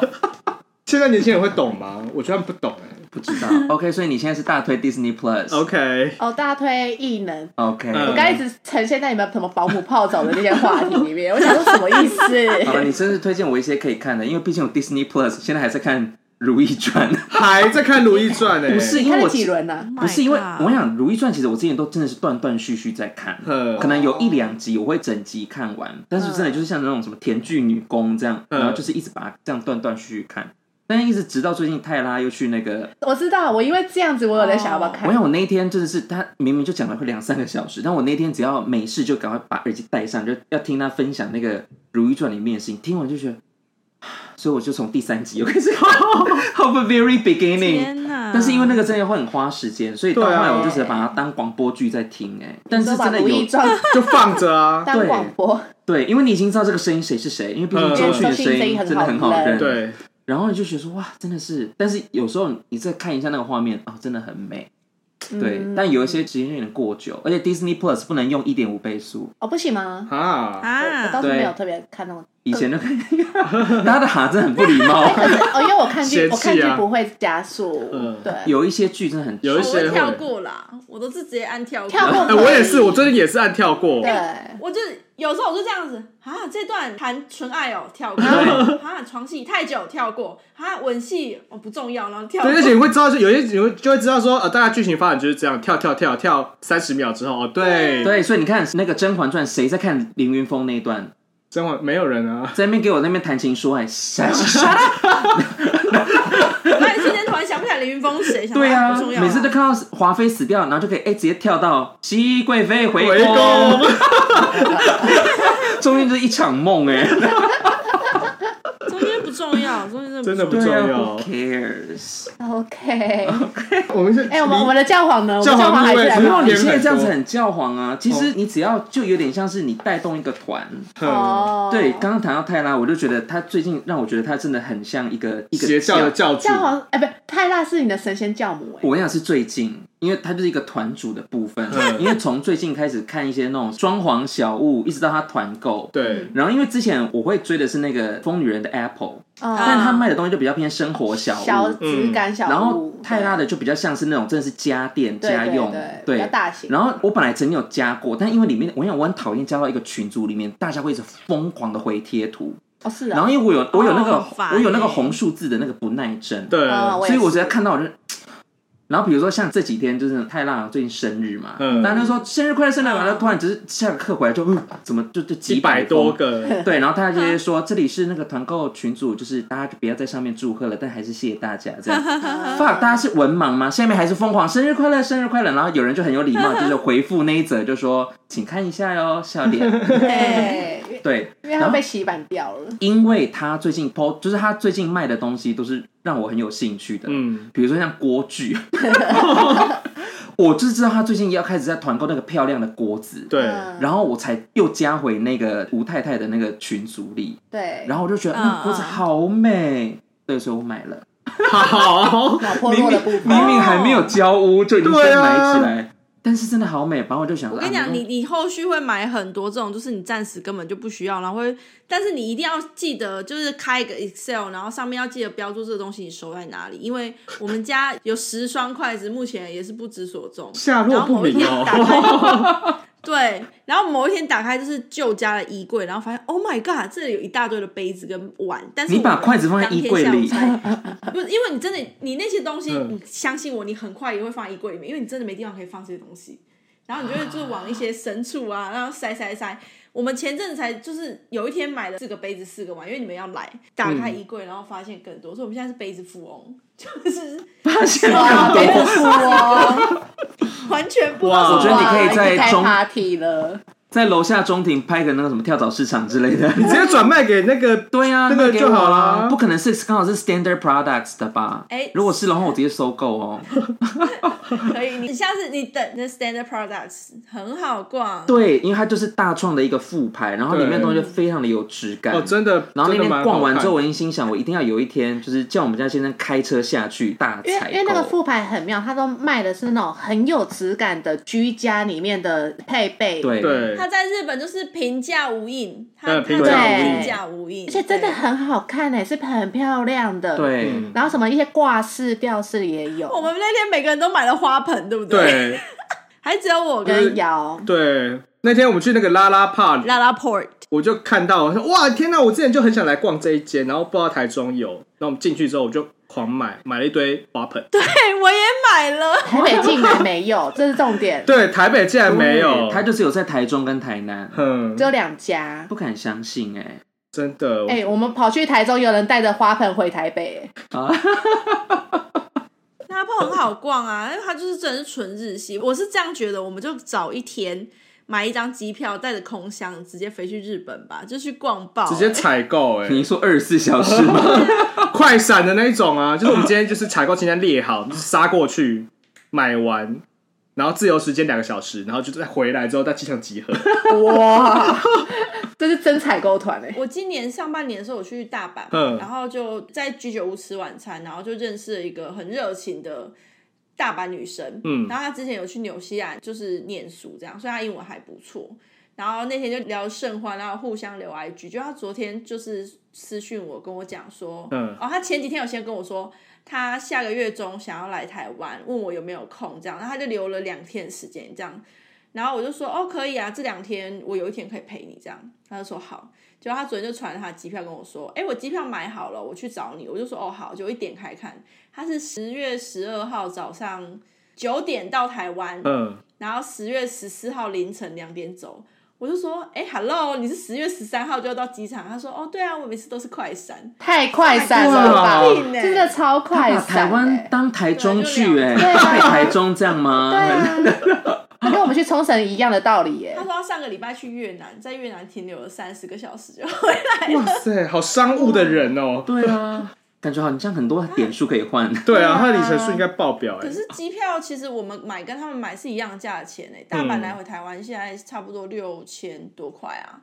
现在年轻人会懂吗？我觉得他们不懂欸
不知道。OK，所以你现在是大推 Disney
哎。
Plus。
OK，
哦，大推异能。
OK，
嗯
我刚一直呈现在你们什么保姆泡澡的那些话题里面，我想说什么意
好了，
思？
你真是推荐我一些可以看的，因为毕竟有 Disney Plus，现在还在看《如懿传》，
还在看《如懿传》欸呢，
不是
你
因
看
为
了
我
几轮 Oh 呢？
不是因为
My
我
God
想《如懿传》，其实我之前都真的是断断续续在看，
嗯
可能有一两集我会整集看完，但是真的就是像那种什么甜剧女工这样，
嗯
然后就是一直把它这样断断续续看，但是一直直到最近泰拉又去那个，
我知道，我因为这样子，我有在想要不要
哦我
看。
想我那一天真的是他明明就讲了快两三个小时，但我那天只要没事就赶快把耳机戴上，就要听他分享那个《如懿传》里面的事情，听完就觉得。 所以我就从第三集又开始 ，How the very beginning，
天哪！
但是因为那个真的会很花时间，所以到后
对啊
来我就只能把它当广播剧在听、哎，但
你
是
说把
真
《
的
如懿
有
传》
就放着啊。
当广播，
对，因为你已经知道这个声音谁是谁，因为毕竟
嗯
周迅的
周迅
声
声
音
音很
真的很
好
好认，
认
对，
然后你就觉得说哇，真的是，但是有时候你再看一下那个画面，哦，真的很美。对，但有一些时间有点过久，而且 Disney Plus 不能用一点五倍速，
哦，不行吗？
啊，
我
啊
倒，是没有特别看那种。
以前就可以。 大家的哈真的很不礼貌，
可是哦，因为我看剧，
嫌弃啊
我看剧不会加速，
嗯
对，
呃有一些剧真的很
有一
我
些
会
会
跳过啦，我都是直接按跳过。
跳过可
哎，
以。
我也是，我最近也是按跳过。
对，
我就是有时候我就这样子啊，这段谈纯爱哦，跳 过
对
啊，床戏太久跳过啊，吻戏哦不重要，然后跳过
对，而且你会知道，就有些你会就会知道说，呃，大概剧情发展就是这样，跳跳跳跳三十秒之后，哦，对，
对，所以你看那个《甄嬛传》，谁在看凌云峰那一段？
真的没有人啊，
在那边给我那边谈情说爱，傻傻
那一哎瞬间突然想不起来林云峰是谁，想
对
啊
啊
不重，要啊，
每次都看到华妃死掉，然后就可以哎、直接跳到熹贵妃回
围
宫，
攻，
中间就是一场梦哎、
中间不重要，中间
真的不
重
重
对啊
要
，Who。cares？
，OK。
我们是
哎，我们我们的教皇呢？我们
教
教
皇
皇还
地
是
位
来
不
哎没
要
有，
吗
你
脸
现在
很
这样子
多
很教皇啊。其实你只要就有点像是你带动一个团。
嗯
呃
哦，
对，刚刚谈到泰拉，我就觉得他最近让我觉得他真的很像一个一个
邪教的教主
教，皇哎，不，泰拉是你的神仙教母哎。
我跟你讲是最近，因为它就是一个团主的部分。
嗯
因为从最近开始看一些那种装潢小物，一直到它团购。
对，
然后因为之前我会追的是那个疯女人的 Apple，但
嗯，
它卖的东西就比较偏生活小物，
哦小质感小
然后
物，
泰拉的就比较像是那种真的是家电
对
家用，
对对比较大型
然后我本来曾经有加过，但因为里面我想我很讨厌加到一个群组里面，大家会一直疯狂的回贴图，
哦是啊，
然后因为我有我有那个
哦很烦
我有那个
欸
红数字的那个不耐症，
对，
嗯
所以我
也
只
是
要看到我就。然后比如说像这几天就是泰拉最近生日嘛，
嗯
大家就说生日快乐生日快乐，然后突然只是下个课回来就、嗯、怎么就就
一
几
百
封
多个，
对，然后大家
嗯
直接说这里是那个团购群组，就是大家就不要在上面祝贺了，但还是谢谢大家这样。fuck，大家
嗯
是文盲吗？下面还是疯狂生日快乐，生日快乐，然后有人就很有礼貌，就是回复那一则就说请看一下哟，笑 脸。
对，因为
对，
因为
然
它
后
被洗版掉了，
因为他最近 PO，就是他最近卖的东西都是让我很有兴趣的，
嗯，
比如说像锅具。我就知道他最近要开始在团购那个漂亮的锅子，
对，
嗯
然后我才又加回那个吴太太的那个群组里，
对，
然后我就觉得，
嗯
嗯，锅子
嗯
好美，对，所以我买了。
好，
脑破落的部分，
明明还没有交屋，就已经
对
先
啊
买起来，但是真的好美。然后我就想说，
我跟你
啊
讲，你你后续会买很多这种，就是你暂时根本就不需要，然后会，但是你一定要记得，就是开一个 Excel，然后上面要记得标注这个东西你收在哪里，因为我们家有十双筷子，目前也是不知所踪。
下
啊
落不明
然后我一定要打
哦，
对，然后某一天打开就是旧家的衣柜，然后发现 Oh my God，这里有一大堆的杯子跟碗，但是
你
我
把
们
筷子放在
当天
衣柜
下午
里
才不是因为你真的你那些东西，
嗯
你相信我，你很快也会放衣柜里面，因为你真的没地方可以放这些东西，然后你就会就是往一些深处啊，然后塞塞塞。我们前阵子才就是有一天买了四个杯子四个碗，因为你们要来，打
嗯
开衣柜，然后发现更多，所以我们现在是杯子富翁，就是
发现
哇，
更
被
多。
富 翁，
完全不知
哇
道
我觉
什
得
么
你可以
哦哇
在
已经开
中
party 了，
在楼下中庭拍个那个什么跳蚤市场之类的。
你直接转卖给那个，
对呀、啊，
那个
给
就
我
好
啊
啦
不可能是刚好是 Standard Products 的吧？
哎
如果是的话，我直接收购哦。
可以，你下次你等那 Standard Products 很好逛，
对，因为它就是大创的一个副牌，然后里面的东西就非常的有质感。
哦，真的，
然后
真
那
的蛮好
天逛完之后，
看
我已经心想，我一定要有一天就是叫我们家先生开车下去大
因为
采
因为那个
购
副牌很妙，它都卖的是那种很有质感的居家里面的配备，，
对
对
他在日本就是平价无印，他
对
他
平
价
叫
无印
平价无印，
而且真的
对
很好看诶、是很漂亮的，。
对，哦
嗯
然后什么一些挂饰、吊饰也
我
有，
们那天每个人都买了花盆，对不对？，
对
还只有我跟
跟摇，
对，那天我们去那个拉拉帕，
拉拉 port。
我就看到，我说哇，天哪！我之前就很想来逛这一间，然后不知道台中有，然后我们进去之后我就狂买，买了一堆花盆。对，
嘿，我也买了，
台北竟然没有，这是重 点，
台北竟然没有，
他就只有在台中跟台南，
嗯
只，有两家。
不敢相信哎、
真的，
哎、我们跑去台中，有人带着花盆回台北、哎
啊，
拉泡很好逛啊，因为它就是真的是纯日系，我是这样觉得，我们就找一天买一张机票，带着空箱直接飞去日本吧，就去逛爆、
直接
欸
采购，哎，
你说二十四小时吗？
快闪的那一种啊， 就是我们今天就是采购清单列好，就是杀过去买完，然后自由时间两个小时，然后就再回来之后在机场 集合。
哇， 这是真采购团哎！
我今年上半年的时候，我去大阪，
欸嗯
然后就在居酒屋吃晚餐，然后就认识了一个很热情的大阪女生。
嗯
然后她之前有去纽西兰就是念书，这样，所以她英文还不错。然后那天就聊甚欢，然后互相留 IG。就她昨天就是私讯我，跟我讲说，
嗯
哦，她前几天有先跟我说，她下个月中想要来台湾，问我有没有空，这样，然后她就留了两天时间，这样。然后我就说哦，可以啊，这两天我有一天可以陪你这样。他就说好，结果他昨天就传了他的机票跟我说，哎，我机票买好了，我去找你。我就说哦好，就一点开看，他是十月十二号早上九点到台湾，
嗯，
然后十月十四号凌晨两点走。我就说，哎，hello，你是十月十三号就要到机场？他说，哦，对啊，我每次都是快闪，
太
哎
快闪了吧，
哇
真的超快
把
闪、欸
台湾当台中去
对
哎、
对啊
台台中这样吗？
哎对啊，它跟我们去冲绳一样的道理耶、
他说他上个礼拜去越南，在越南停留了三十个小时就回来。
哇塞，好商务的人哦。
对啊，感觉好像很多点数可以换。
对啊，他的里程数应该爆表哎
可。是机票其实我们买跟他们买是一样价钱诶、大
嗯
阪来回台湾现在差不多六千多块啊。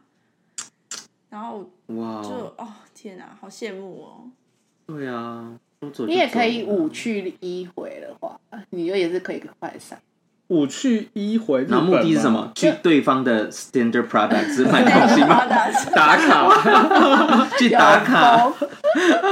然后
哇
就
哦，
哦天啊，好羡慕哦！
对啊，做
你也可以五，去一回的话，你就也是可以快闪。
五去一回日本
然后
吗，
目的是什么？去对方的 standard product 只买东 西吗？
打卡？
去打卡，
有风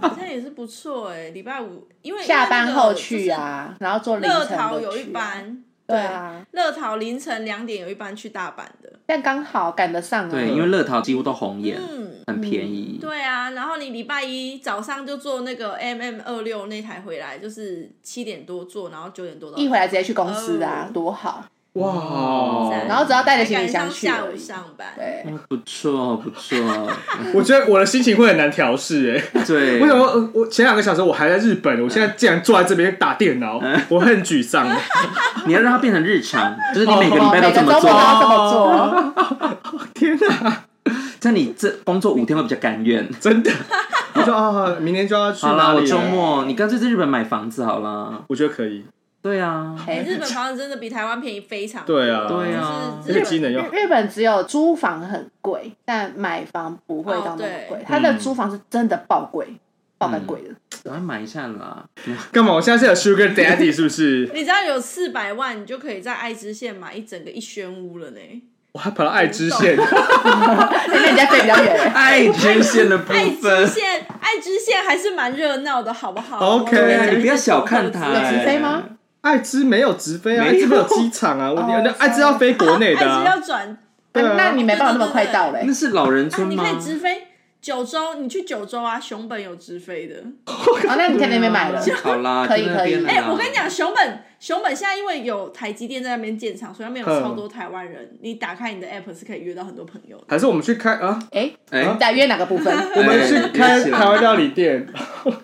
好像也是不错哎、礼拜五因为
下班后去，啊，然后坐
因为
凌
那个
晨
就是乐桃有
的
一
去啊，
班，
对啊，
乐桃凌晨两点有一班去大阪的，
但刚好赶得上啊。
嗯
对，因为乐桃几乎都红眼，
嗯，
很便宜。
对啊，然后你礼拜一早上就坐那个 MM 二六那台回来，就是七点多坐，然后九点多到
一回来直接去公司啊
哦，
多好。
哇！
然后只要带着
还
行李
赶
箱
上
去
下
而
午
已。
上班，
对，
不错不 错，
我觉得我的心情会很难调试哎。
对，啊
为什么呃我前两个小时我还在日本，我现在竟然坐在这边打电脑，
嗯
我很沮丧。
你要让它变成日常，就是你每个
哦
礼拜都
每个
这
周
么
末都
做，啊
要这么做，
天哪，
这样你这工作五天会比较甘愿。
真的！我说啊，明天就要去
好啦，
哪
我
里
周
了？
末你干脆在日本买房子好了。
我觉得可以，
对啊，
哎
日本房子真的比台湾便宜非常多。
对啊
对啊
就
这个
是日本
机能
日
要
日本只有租房很贵，但买房不会到那么
哦
贵
对。
它的租房是真的爆贵，爆蛮贵的。
赶快买一下 啦。
干嘛？我现在是有 Sugar Daddy 是不是？
你只要有四百万，你就可以在爱知县买一整个一轩屋了呢。
我还跑到爱知县，
因为你家飞比较 远，
爱知县的部
爱知
分，
县，爱知县还是蛮热闹的，好不好
OK
我们
对
讲
啊，
一些
你不要小看它。
小
有
故事
直飞吗？ 啊
爱知没有直飞啊，爱知没有机场啊，我
哦
爱知要飞国内的
爱知
啊。
要转，
对啊
那你没办法那么快到嘞
那。是老人
啊
村
你
吗
可？以直飞九州，你去九州啊，熊本有直飞的。
哦，那你肯定没 买了。
好啦，
可以
就那边了啦
啊
哎、我跟你讲，熊本，熊本现在因为有台积电在那边建厂，所以那边
嗯
有超多台湾人。你打开你的 app 是可以约到很多朋友的。
还是我们去开啊？
哎，
哎
你，打约哪个部分？
我们去开
哎
台湾料理店，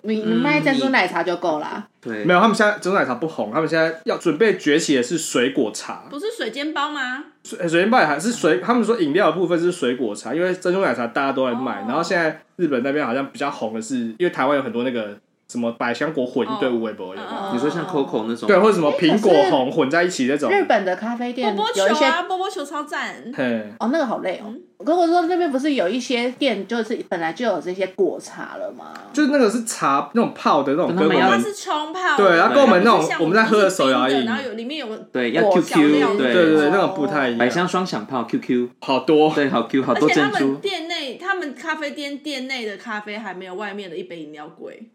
你你卖珍珠奶茶就够啦。
对，
没有，他们现在珍珠奶茶不红，他们现在要准备崛起的是水果茶。
不是水煎包吗？
水水煎包也还是水，他们说饮料的部分是水果茶，因为珍珠奶茶大家都在卖。
哦
然后现在日本那边好像比较红的是，因为台湾有很多那个什么百香果混一堆
哦
无微博有没有
嗯嗯
你说像 Coco 那种，
对，或者什么苹果
可是
红混在一起那种。
日本的咖啡
嗯
波
店
波球
有一些
啊，波波球超赞。
嘿，
哦，那个好累哦。
嗯
如果说那边不是有一些店，就是本来就有这些果茶了吗？
就是那个是茶那种泡的那种，
他
跟
们
我
要
它
们
是冲泡的，
对它
跟我们
那种
它不是像
我们在喝的手摇
是
饮
冰的然后有里面有
对，要
我
QQ，
小料理
对
对对对
哦
那种不太一
百
样，
香双响炮 QQ，
好多。
对，好 Q，好
而
多
且他
珍
们
珠，
店内，他们咖啡店店内的咖啡还没有外面的一杯饮料贵。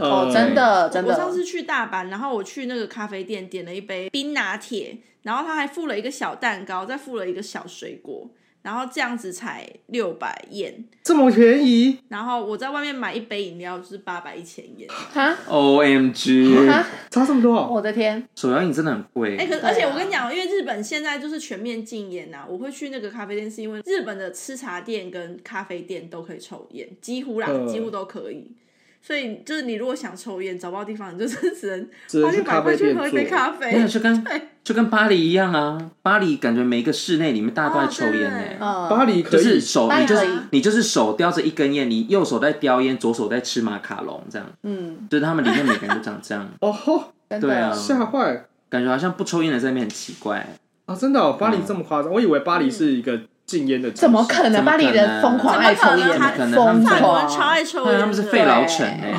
哦，
呃
真的真
我上
的，
次去大阪，然后我去那个咖啡店点了一杯冰拿铁，然后他还附了一个小蛋糕，再附了一个小水果，然后这样子才六百円。
这么便宜，
然后我在外面买一杯饮料就是八百一千円。
哈
O M G，
哈，
差这么多。哦
哦
我的天，
手摇饮真的很
哎、
贵，
可是
对啊
而且我跟你讲，因为日本现在就是全面禁烟呐、我会去那个咖啡店，是因为日本的吃茶店跟咖啡店都可以抽烟，几乎啦，
嗯
几乎都可以。所以就是你如果想抽烟，找不到地方，你就是只能
只能
花
去
六
咖啡
百块去
店
喝一
做
杯咖
那
啡。
就跟就跟巴黎一样啊，巴黎感觉每一个室内里面大家都在抽烟呢、
哦
嗯，
巴黎可
就
以，，
是手，
当
你
然
就
可
是
以
你就是手叼着一根烟，你右手在叼烟，左手在吃马卡龙，这样，
嗯，
就是他们里面每个人都长这样
哦吼，
真
对啊
的，
吓坏
感觉好像不抽烟的在那边很奇怪，
啊！真的哦，巴黎这么夸张，我以为巴黎是一个禁烟的城市。
怎么 可能？巴黎人疯狂爱抽
怎
烟
么
可，能
疯
法国人超
狂。
爱抽烟
对，
的，
他们是费老城
欸
哎、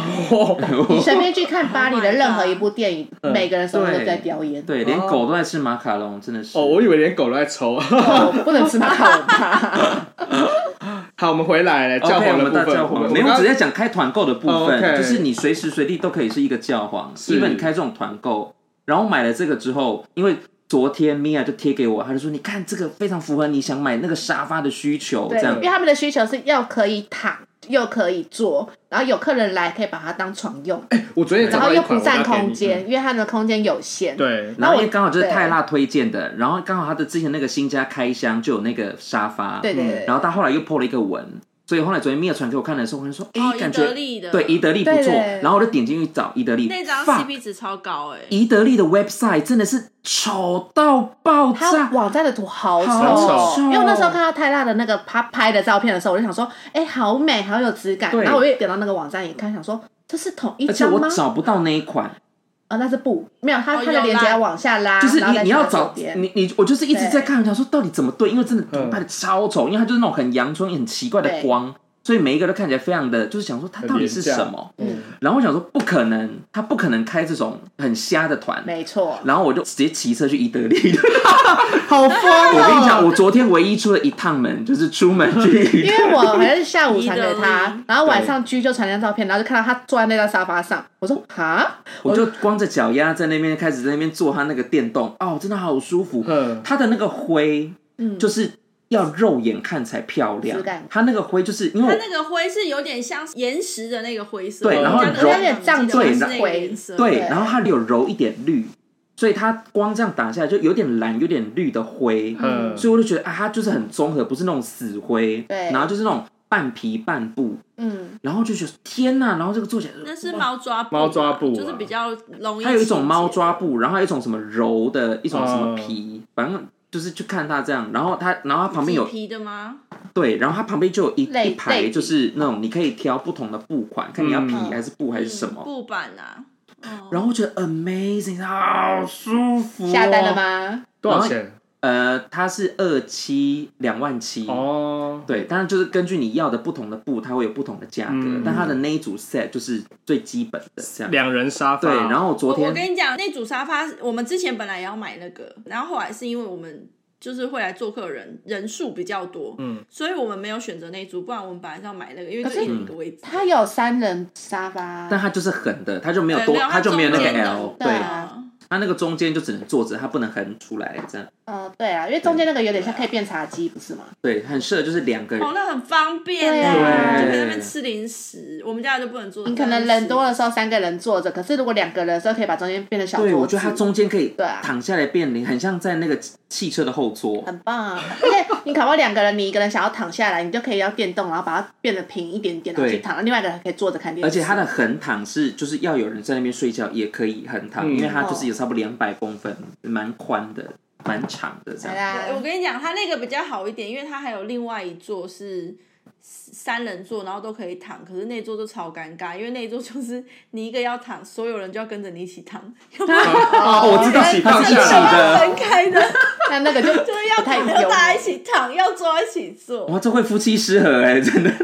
你随便去看巴黎的任何一部电影，
嗯
每个人手上都
对
在叼烟，
对，连狗都在吃马卡龙，真的是
哦，我以为连狗都在抽。
哦不能吃马卡龙吧？
好，我们回来了，教
OK，我
皇的
们大
部
教
分，
皇，
们
没有，我
刚
只是在讲开团购的部
哦
分，
，OK
就是你随时随地都可以是一个教皇。
是
因为你开这种团购，然后买了这个之后，因为昨天米娅就贴给我，她就说你看这个非常符合你想买那个沙发的需求，这
对，
样
因为他们的需求是要可以躺，又可以坐，然后有客人来可以把它当床用，
我昨天也找
然后
到一
又
款
不占空，
我要给
间，因为它的空间有限。
你对，
然后因为刚好就是
对
泰辣推荐的，然后刚好他的之前那个新家开箱就有那个沙发，
对对对，
然后他后来又破了一个文，所以后来昨天米娅传给我看的时候，我就说哎、
哦，伊
感
德
觉
利的，
对伊德利不
对
错，
对
然后我就点进去找伊德利，
那张
fuck，
CP 值超高哎、
伊德利的 website 真的是丑到爆炸
他，网站的图好丑
好
哦，
丑
因为我那时候看到泰辣的那个他拍的照片的时候，我就想说，哎、好美，好有质感。
对
然后我又点到那个网站一看，想说这是同一
而且
张吗
我？找不到那一款，
啊、那是布，没有，它
哦
它的
有
链
啦，
接要往下拉，
就是
然后
你
再
你
去
要
它
找
左边
你你，我就是一直
对
在看，想说到底怎么对，因为真的
嗯
拍的超丑，因为它就是那种很阳春、很奇怪的
对
光，所以每一个都看起来非常的，就是想说他到底是什么？
嗯，
然后我想说不可能，他不可能开这种很瞎的团。
没错，
然后我就直接骑车去伊德利。
好疯！
我跟你讲，我昨天唯一出了一趟门，就是出门去 伊
因
德利。
为我还是下午传给他 然后晚上居就传了张照片，然后就看到他坐在那张沙发上，我说哈，
我就光着脚丫在那边开始在那边做他那个电动，哦，真的好舒服。
嗯，
它的那个灰
嗯，
就是要肉眼看才漂亮
质感，
它那个灰就是因为
它
我
那个灰是有点像岩石的那个灰色，
对
然后
它
有点胀
对
是
然
那
后
个颜色，
对，
对
然后它有揉一点绿，所以它光这样打下来就有点蓝，有点绿的灰，
嗯
所以我就觉得啊，它就是很综合，不是那种死灰，
对
然后就是那种半皮半布，
嗯，
然后就觉得天呐，然后这个做起来
那是
哇
猫抓布啊，
猫抓布啊
就是比较容易清洁。
它有一种猫抓布，然后还有一种什么柔的，一种什
嗯
么皮，反正就是去看它这样。然后它，然后它旁边有
麂皮的吗？
对，然后它旁边就有一一
类
排，
类
就是那种你可以挑不同的布款，看你要皮
嗯
还是布还是什么。
布板啊？哦
然后我觉得 amazing，好舒服、哦
下单了？吗？
多少钱？
呃，它是二七两万七。
哦，
对，当然就是根据你要的不同的布，它会有不同的价格。
嗯
但它的那一组 set 就是最基本的这样。
两啊人沙发。
对，然
后
后我昨
我
天
我跟你讲，那组沙发我们之前本来也要买那个，然后后来是因为我们就是会来做客的人人数比较多，
嗯，
所以我们没有选择那组，不然我们本来是要买那个，因为
可
就是一人一个位置。
他有三人沙发，
但它就是横的，它就没有
对
多，
没有
它就没有那个
中间的
L，
对
对，
啊
它那个中间就只能坐着，它不能横出来，这样
呃，对啊，因为中间那个有点像可以变茶几，不是吗？
对，很适合就是两个人
哦，那很方便
对
欸，
啊
就可以在那边吃零食。我们家就不能做，
你可能人多
了，
的时候三个人坐着，可是如果两个人的时候，可以把中间变成小桌子。
对，我觉得它中间可以
对啊
躺下来变零，很像在那个汽车的后座。
很棒啊！而且你考不好两个人，你一个人想要躺下来，你就可以要电动，然后把它变得平一点点，然后
对
去躺，另外一个人可以坐着看电视。
而且它的横躺是，就是要有人在那边睡觉也可以横躺，
嗯
因为它
哦
就是有差不多两百公分，蛮宽的，蛮长的这
来
样。
对我
啦，
跟你讲，它那个比较好一点，因为它还有另外一座是三人座，然后都可以躺，可是那座就超尴尬，因为那座就是你一个要躺，所有人就要跟着你一起躺，要不然
哦，我知道
原来
起 放下来
要
的，
分开的，
那那个就
就是
不
要
太
躺
有欸
要大家一起躺，要坐一起坐。
哇，这会夫妻失和哎，真的。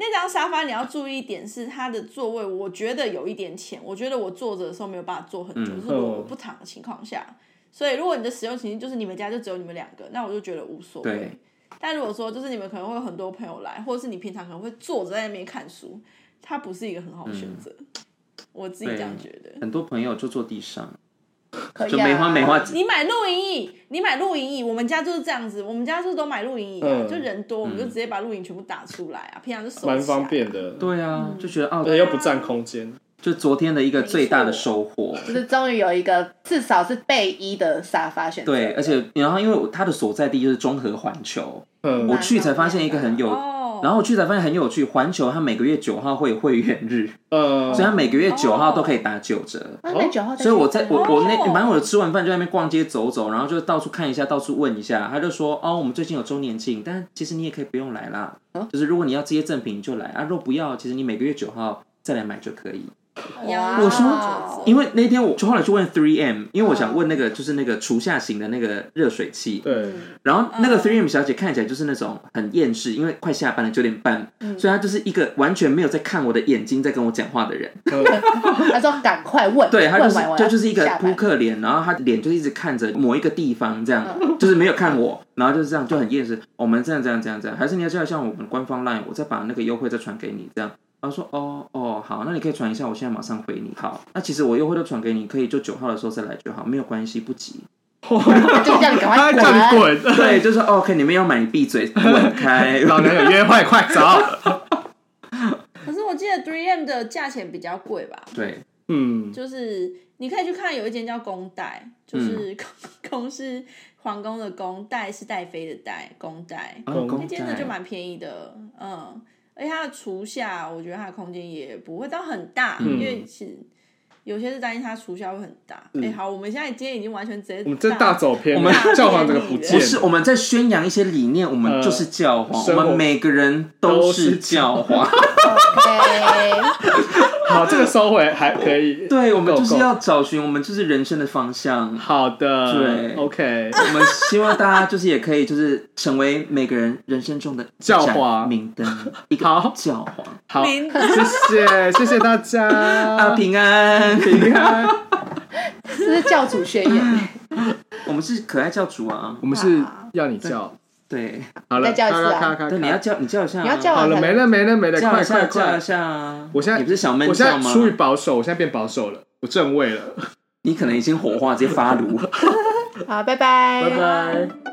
那张沙发你要注意一点是它的座位，我觉得有一点浅，我觉得我坐着的时候没有办法坐很久，
嗯
就是我
哦
我不躺的情况下。所以如果你的使用情境就是你们家就只有你们两个，那我就觉得无所谓
对。
但如果说就是你们可能会有很多朋友来，或者是你平常可能会坐着在那边看书，它不是一个很好的
嗯
选择。我自己这样觉得。
很多朋友就坐地上，
可以、啊、
就梅花梅花。
你买露营椅，你买露营椅，我们家就是这样子，我们家就是都买露营椅、啊，
嗯
就人多，我们就直接把露营全部打出来啊，平常就收起来
蛮方便的。，
对啊，
嗯
就觉得
而且
哦，
又不占空间。
就昨天的一个最大的收获。
就是终于有一个至少是背衣的沙发选择。啊
对，而且然后因为我它的所在地就是中和环球，
嗯
我去才发现一个很有
哦。
然后我去才发现很有趣，环球它每个月九号会有会员日，
哦
呃
所以它每个月九号都可以打九折。
啊，那九号再去
所以我在我我那
哦
反正我吃完饭就在那边逛街走走，然后就到处看一下，到处问一下。他就说哦，我们最近有周年庆，但其实你也可以不用来啦，
哦
就是如果你要这些赠品你就来啊，若不要，其实你每个月九号再来买就可以。
哇
我说因为那天我就后来去问 Three M，因为我
嗯
想问那个就是那个厨下型的那个热水器，
对，
然后那个
嗯
Three M 小姐看起来就是那种很厌世，因为快下班了九点半，
嗯
所以她就是一个完全没有在看我的眼睛在跟我讲话的人。
嗯
他说赶快问，
对，她就
问
是
完我
就
要
就是一个
下班
扑克脸，然后她脸就一直看着某一个地方，这样、就是没有看我，然后就是这样就很厌世。我们这样这样这样这样，还是你要叫一下我们官方 line，我再把那个优惠再传给你这样。然后说哦哦好，那你可以传一下，我现在马上回你。好，那其实我优惠都传给你，可以就九号的时候再来就好，没有关系，不急。
就叫你赶
他
快
叫你哎滚，
对，就说哦 OK，你们要买你闭嘴，滚开。
老娘有约会，快走。
可是我记得 Three M 的价钱比较贵吧？
对，
嗯，
就是你可以去看有一间叫公代，
嗯
就是公、公 是皇宫的宫，代是戴妃的代，公代
哦
啊公
那间
仔
的就蛮便宜的，嗯，而且它的厨下，我觉得它的空间也不会到很大，
嗯
因为是有些是担心它厨下会很大。哎、好，我们现在今天已经完全直接
嗯我们真大走偏了，
我们
教皇这个不见
不，是我们在宣扬一些理念，我们就是教皇，
呃生活
我们每个人都
都
是
是
教皇。
OK，
好，这个收回还可以。
对，我们
够
就是
够
要找寻我们就是人生的方向。
好的，
对
，OK，
我们希望大家就是也可以就是成为每个人人生中的一
教
盏
皇
明灯，一个
好
教皇
好，谢
明
谢，谢谢大家，
啊平安。
平安。
这是教主宣 言，
我们是可爱教主啊
我，们是要你叫，
对，
好了，
再叫一次啊
咔咔咔咔
对，你要叫你叫一下啊，
你要叫
好了，没了没了没了，
叫
快
一下
快
叫
快
一！下啊！
我现在
你不是小闷
我现
叫
在
吗？
出于保守，我现在变保守了，我正位了，
啊
你可能已经火化，直接发炉。
好，拜拜，
拜拜。